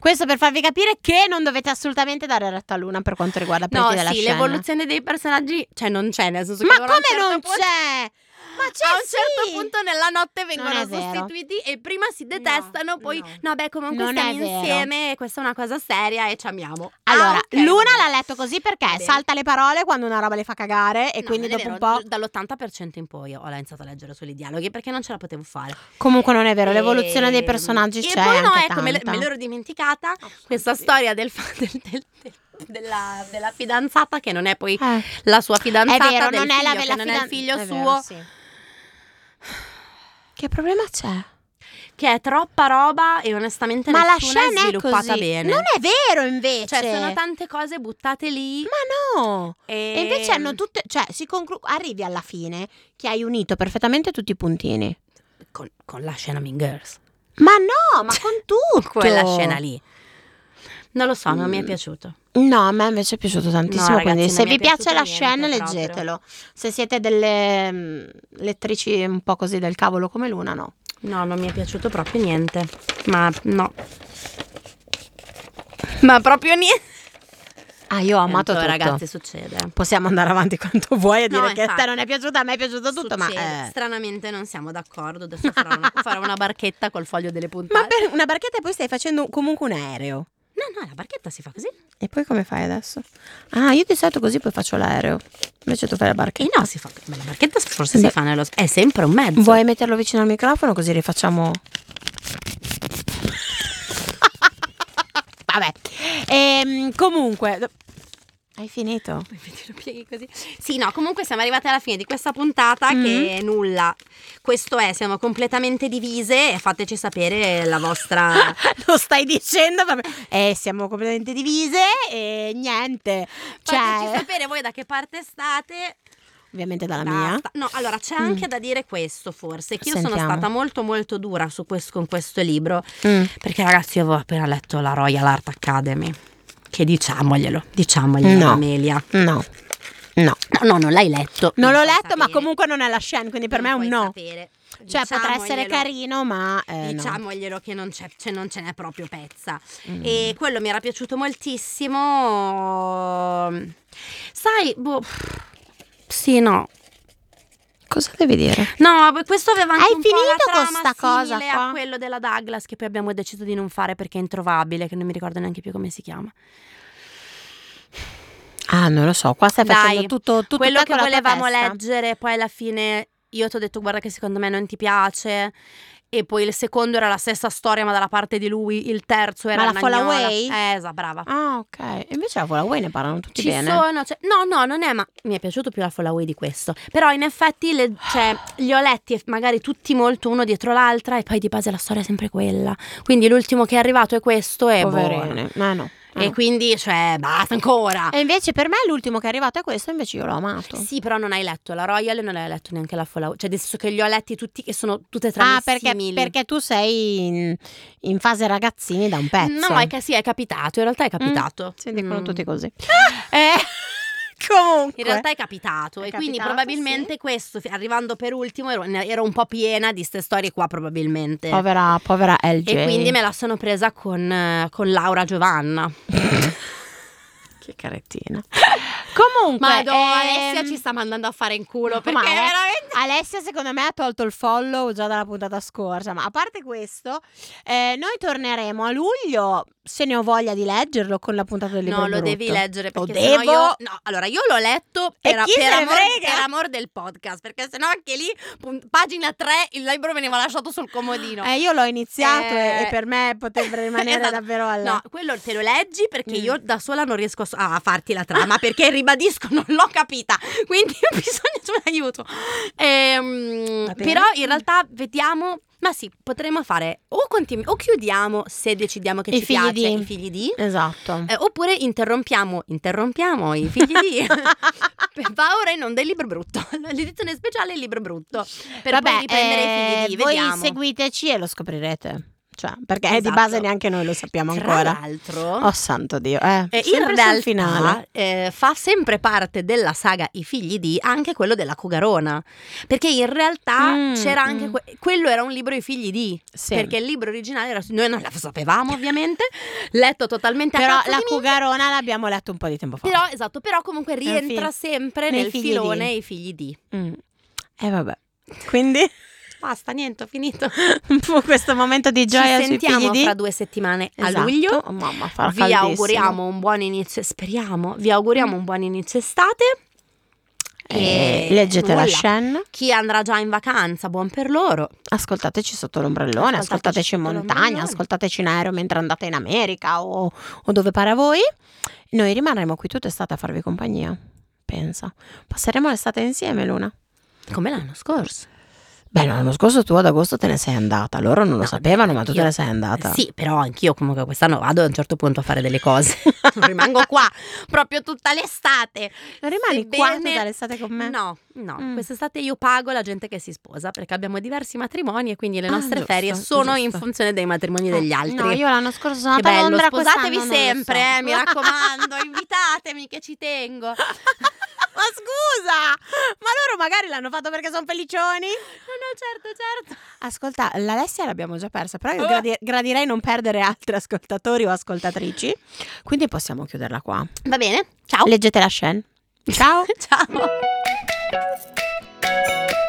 Speaker 2: Questo per farvi capire che non dovete assolutamente dare retta a Luna per quanto riguarda Pretty
Speaker 1: No,
Speaker 2: della
Speaker 1: sì,
Speaker 2: scena.
Speaker 1: l'evoluzione dei personaggi, cioè non c'è, nel senso che
Speaker 2: Ma
Speaker 1: loro a un
Speaker 2: come
Speaker 1: certo
Speaker 2: non
Speaker 1: punto-
Speaker 2: c'è? Ma c'è
Speaker 1: a un
Speaker 2: sì!
Speaker 1: certo punto nella notte vengono
Speaker 2: è vero.
Speaker 1: sostituiti e prima si detestano,
Speaker 2: No,
Speaker 1: poi
Speaker 2: no.
Speaker 1: no, beh, comunque
Speaker 2: Non è
Speaker 1: stiamo
Speaker 2: vero.
Speaker 1: insieme, questa è una cosa seria e ci amiamo.
Speaker 2: Allora,
Speaker 1: Ah, ok,
Speaker 2: Luna
Speaker 1: va
Speaker 2: l'ha
Speaker 1: bene.
Speaker 2: letto così
Speaker 1: Va
Speaker 2: perché
Speaker 1: bene.
Speaker 2: salta le parole quando una roba le fa cagare e
Speaker 1: No,
Speaker 2: quindi
Speaker 1: non
Speaker 2: dopo
Speaker 1: è
Speaker 2: un
Speaker 1: vero,
Speaker 2: po'...
Speaker 1: d- Dall'80% in poi ho ho iniziato a leggere solo i dialoghi perché non ce la potevo fare.
Speaker 2: Comunque non è vero, l'evoluzione dei
Speaker 1: Ehm,
Speaker 2: personaggi
Speaker 1: e
Speaker 2: c'è
Speaker 1: poi no,
Speaker 2: anche
Speaker 1: ecco, me,
Speaker 2: tanta.
Speaker 1: me l'ero dimenticata questa storia del fa- del- del- del- della, della fidanzata che non è poi
Speaker 2: Eh.
Speaker 1: la sua fidanzata,
Speaker 2: È vero,
Speaker 1: del
Speaker 2: non è la
Speaker 1: figlio che
Speaker 2: bella
Speaker 1: non è il
Speaker 2: fidan-
Speaker 1: figlio
Speaker 2: è
Speaker 1: suo,
Speaker 2: vero, sì. Che problema c'è?
Speaker 1: che è troppa roba e onestamente
Speaker 2: Ma la
Speaker 1: nessuna è
Speaker 2: scena è
Speaker 1: sviluppata
Speaker 2: così.
Speaker 1: bene.
Speaker 2: Non è vero invece.
Speaker 1: Cioè, sono tante cose buttate lì.
Speaker 2: Ma no!
Speaker 1: E,
Speaker 2: E invece
Speaker 1: Ehm.
Speaker 2: hanno tutte, cioè si conclu- arrivi alla fine che hai unito perfettamente tutti i puntini.
Speaker 1: Con, con la scena Mean Girls.
Speaker 2: Ma no, ma con tutto.
Speaker 1: Quella scena lì. Non lo so, non mi è
Speaker 2: Mm.
Speaker 1: piaciuto.
Speaker 2: No, a me invece è piaciuto tantissimo,
Speaker 1: No, ragazzi,
Speaker 2: quindi
Speaker 1: non
Speaker 2: se
Speaker 1: mi è
Speaker 2: vi piace la
Speaker 1: piaciuto
Speaker 2: scena
Speaker 1: niente proprio.
Speaker 2: leggetelo. Se siete delle mm, lettrici un po' così del cavolo come Luna, no.
Speaker 1: No, non mi è piaciuto proprio niente. Ma no. Ma proprio niente.
Speaker 2: Ah, io ho amato
Speaker 1: Tanto,
Speaker 2: tutto.
Speaker 1: ragazzi, succede.
Speaker 2: Possiamo andare avanti quanto vuoi e
Speaker 1: No,
Speaker 2: dire che a te
Speaker 1: infatti.
Speaker 2: non è piaciuta, a me è piaciuto tutto,
Speaker 1: Succede.
Speaker 2: ma eh.
Speaker 1: Stranamente non siamo d'accordo. Adesso farò una, farò una barchetta col foglio delle puntate.
Speaker 2: Ma per una barchetta e poi stai facendo comunque un aereo.
Speaker 1: No, no, la barchetta si fa così.
Speaker 2: E poi come fai adesso? Ah, io di solito così poi faccio l'aereo. Invece tu fai la
Speaker 1: E
Speaker 2: barchetta.
Speaker 1: Eh, no, si fa Ma la barchetta forse
Speaker 2: Beh.
Speaker 1: si fa nello È sempre un mezzo.
Speaker 2: Vuoi metterlo vicino al microfono così rifacciamo... Vabbè. Ehm, comunque... Hai finito?
Speaker 1: Poi vedi, lo pieghi così. Sì, no, comunque siamo arrivati alla fine di questa puntata
Speaker 2: Mm.
Speaker 1: che è nulla. Questo è, siamo completamente divise e fateci sapere la vostra...
Speaker 2: Lo stai dicendo proprio. Eh, siamo completamente divise e niente.
Speaker 1: Fateci
Speaker 2: Cioè,
Speaker 1: sapere voi da che parte state.
Speaker 2: ovviamente dalla
Speaker 1: Da-
Speaker 2: mia.
Speaker 1: Ah, sta- No, allora c'è
Speaker 2: Mm.
Speaker 1: anche da dire questo forse, che io
Speaker 2: Sentiamo.
Speaker 1: sono stata molto molto dura su quest- con questo libro,
Speaker 2: Mm.
Speaker 1: perché ragazzi io avevo appena letto la Royal Art Academy, che diciamoglielo, diciamoglielo
Speaker 2: No.
Speaker 1: Amelia.
Speaker 2: No. No.
Speaker 1: No, no, non l'hai letto.
Speaker 2: Non l'ho
Speaker 1: puoi
Speaker 2: letto, ma
Speaker 1: sapere.
Speaker 2: comunque non è la scena, quindi per
Speaker 1: Non
Speaker 2: me è un
Speaker 1: puoi
Speaker 2: no.
Speaker 1: sapere.
Speaker 2: Cioè, potrà essere
Speaker 1: Diciamoglielo.
Speaker 2: carino, ma. eh, no.
Speaker 1: Diciamoglielo che non, c'è, cioè, non ce n'è proprio pezza.
Speaker 2: Mm.
Speaker 1: diciamo. E quello mi era piaciuto moltissimo. Sai, boh. Sì, no.
Speaker 2: Cosa devi dire?
Speaker 1: No, beh, questo aveva anche
Speaker 2: Hai
Speaker 1: un po' la
Speaker 2: finito con
Speaker 1: trama
Speaker 2: sta cosa
Speaker 1: simile
Speaker 2: qua?
Speaker 1: a quello della Douglas che poi abbiamo deciso di non fare perché è introvabile, che non mi ricordo neanche più come si chiama.
Speaker 2: Ah, non lo so. Qua stai
Speaker 1: Dai,
Speaker 2: facendo tutto, tutto
Speaker 1: quello
Speaker 2: tutta
Speaker 1: che
Speaker 2: con la tua
Speaker 1: volevamo
Speaker 2: testa.
Speaker 1: leggere, poi alla fine io ti ho detto guarda che secondo me non ti piace e poi il secondo era la stessa storia ma dalla parte di lui, il terzo era
Speaker 2: Ma la
Speaker 1: Nagnola.
Speaker 2: Followay?
Speaker 1: Eh, esatto, brava.
Speaker 2: Ah, ok. Invece a Volaway ne parlano tutti
Speaker 1: Ci
Speaker 2: bene.
Speaker 1: sono, cioè- no, no, non è, ma mi è piaciuto più la Followay di questo. Però in effetti le- cioè, li ho letti e magari tutti molto uno dietro l'altra e poi di base la storia è sempre quella. Quindi l'ultimo che è arrivato è questo e boh,
Speaker 2: Poverine. Eh, no.
Speaker 1: E quindi, cioè, basta ancora.
Speaker 2: E invece per me l'ultimo che è arrivato è questo, invece io l'ho amato.
Speaker 1: Sì, però non hai letto la Royal e non hai letto neanche la Fallout. Cioè, nel senso che li ho letti tutti, che sono tutte e tre
Speaker 2: Ah,
Speaker 1: miei
Speaker 2: perché,
Speaker 1: simili.
Speaker 2: perché tu sei in, in fase ragazzini da un pezzo.
Speaker 1: No, è che sì, è capitato. In realtà è capitato.
Speaker 2: Si dicono
Speaker 1: Mm. Ah!
Speaker 2: tutti così. Eh, comunque.
Speaker 1: In realtà è capitato
Speaker 2: Cioè, È
Speaker 1: e quindi
Speaker 2: capitato,
Speaker 1: probabilmente questo, fi- arrivando per ultimo, ero, ne- ero un po' piena di ste storie qua probabilmente.
Speaker 2: Povera, povera LJ.
Speaker 1: E quindi me la sono presa con, eh, con Laura Giovanna.
Speaker 2: Che carettina. Comunque.
Speaker 1: Ma Alessia
Speaker 2: ehm,
Speaker 1: ci sta mandando a fare in culo
Speaker 2: no,
Speaker 1: perché
Speaker 2: ma Ale-
Speaker 1: veramente...
Speaker 2: Alessia secondo me ha tolto il follow già dalla puntata scorsa, ma a parte questo, eh, noi torneremo a luglio, se ne ho voglia di leggerlo, con la puntata del libro
Speaker 1: No, lo
Speaker 2: brutto.
Speaker 1: devi leggere
Speaker 2: Lo
Speaker 1: perché sennò
Speaker 2: devo?
Speaker 1: io No, allora io l'ho letto
Speaker 2: E
Speaker 1: per,
Speaker 2: chi
Speaker 1: per
Speaker 2: se ne
Speaker 1: amor,
Speaker 2: frega?
Speaker 1: per amor del podcast, perché sennò anche lì pun- pagina 3 il libro veniva lasciato sul comodino.
Speaker 2: Eh, io l'ho iniziato e-
Speaker 1: Eh,
Speaker 2: e per me potrebbe rimanere
Speaker 1: esatto.
Speaker 2: davvero alla...
Speaker 1: No, quello te lo leggi perché
Speaker 2: Mm.
Speaker 1: io da sola non riesco a, so- a farti la trama perché ribadisco non l'ho capita, quindi ho bisogno di un aiuto. Ehm,
Speaker 2: Va bene.
Speaker 1: però in realtà vediamo, ma sì, potremmo fare o, continu- o chiudiamo se decidiamo che
Speaker 2: I
Speaker 1: ci
Speaker 2: figli
Speaker 1: piace
Speaker 2: di.
Speaker 1: i figli di.
Speaker 2: Esatto.
Speaker 1: eh, oppure interrompiamo, interrompiamo i figli di. Va ora in onda il libro brutto, l'edizione speciale il libro brutto. Per poi riprendere i
Speaker 2: eh,
Speaker 1: figli di.
Speaker 2: voi
Speaker 1: vediamo.
Speaker 2: seguiteci e lo scoprirete. Cioè, perché di
Speaker 1: Esatto.
Speaker 2: base neanche noi lo sappiamo
Speaker 1: Tra
Speaker 2: ancora.
Speaker 1: l'altro,
Speaker 2: Oh santo Dio, eh.
Speaker 1: Eh, in
Speaker 2: sempre sul
Speaker 1: realtà
Speaker 2: finale.
Speaker 1: eh, fa sempre parte della saga I figli di anche quello della Cugarona, perché in realtà
Speaker 2: Mm,
Speaker 1: c'era anche
Speaker 2: mm.
Speaker 1: que- quello era un libro I figli di,
Speaker 2: Sì.
Speaker 1: perché il libro originale era noi non lo sapevamo ovviamente, letto totalmente a
Speaker 2: Però
Speaker 1: cazzo
Speaker 2: la
Speaker 1: di minchia,
Speaker 2: Cugarona l'abbiamo letto un po' di tempo fa.
Speaker 1: però esatto, però comunque rientra
Speaker 2: Nel fi-
Speaker 1: sempre
Speaker 2: nei
Speaker 1: nel
Speaker 2: figli
Speaker 1: filone
Speaker 2: di.
Speaker 1: I figli di.
Speaker 2: Mm. E vabbè. Quindi
Speaker 1: Basta, niente, ho finito.
Speaker 2: fu questo momento di gioia
Speaker 1: Ci
Speaker 2: sui
Speaker 1: sentiamo
Speaker 2: figli di
Speaker 1: fra due settimane
Speaker 2: Esatto.
Speaker 1: a luglio.
Speaker 2: Oh, mamma, farà
Speaker 1: vi
Speaker 2: caldissimo. Mm.
Speaker 1: auguriamo un buon inizio, speriamo, vi auguriamo un buon inizio estate.
Speaker 2: Eh, leggete la
Speaker 1: nulla.
Speaker 2: Shen,
Speaker 1: Chi andrà già in vacanza, buon per loro.
Speaker 2: ascoltateci sotto l'ombrellone,
Speaker 1: Ascoltateci
Speaker 2: ascoltateci, in
Speaker 1: sotto
Speaker 2: montagna,
Speaker 1: l'ombrellone.
Speaker 2: ascoltateci in aereo mentre andate in America o, o dove pare a voi. Noi rimarremo qui tutta estate a farvi compagnia. Pensa, passeremo l'estate insieme, Luna.
Speaker 1: Come l'anno scorso.
Speaker 2: Beh, no, l'anno scorso tu ad agosto te ne sei andata. Loro non lo
Speaker 1: No,
Speaker 2: sapevano, ma tu te
Speaker 1: io-
Speaker 2: ne sei andata.
Speaker 1: Sì, però anch'io comunque quest'anno vado a un certo punto a fare delle cose. Non rimango qua proprio tutta l'estate.
Speaker 2: Non rimani qua
Speaker 1: Sebbene-
Speaker 2: tutta l'estate con me?
Speaker 1: No, no,
Speaker 2: Mm.
Speaker 1: quest'estate io pago la gente che si sposa perché abbiamo diversi matrimoni e quindi le
Speaker 2: Ah,
Speaker 1: nostre
Speaker 2: giusto,
Speaker 1: ferie sono in
Speaker 2: giusto. Eh,
Speaker 1: funzione dei matrimoni degli altri.
Speaker 2: No, io l'anno scorso sono
Speaker 1: Che
Speaker 2: andata a
Speaker 1: bello,
Speaker 2: Londra
Speaker 1: sposatevi
Speaker 2: quest'anno non lo
Speaker 1: sempre,
Speaker 2: so.
Speaker 1: eh, mi raccomando, invitatemi che ci tengo.
Speaker 2: ma scusa! Ma loro magari l'hanno fatto perché sono pelicioni?
Speaker 1: No, no, certo, certo.
Speaker 2: Ascolta, l'Alessia l'abbiamo già persa, però io
Speaker 1: Oh.
Speaker 2: gradi- gradirei non perdere altri ascoltatori o ascoltatrici. Quindi possiamo chiuderla qua.
Speaker 1: Va bene, ciao.
Speaker 2: Leggete la Shen. Ciao!
Speaker 1: ciao.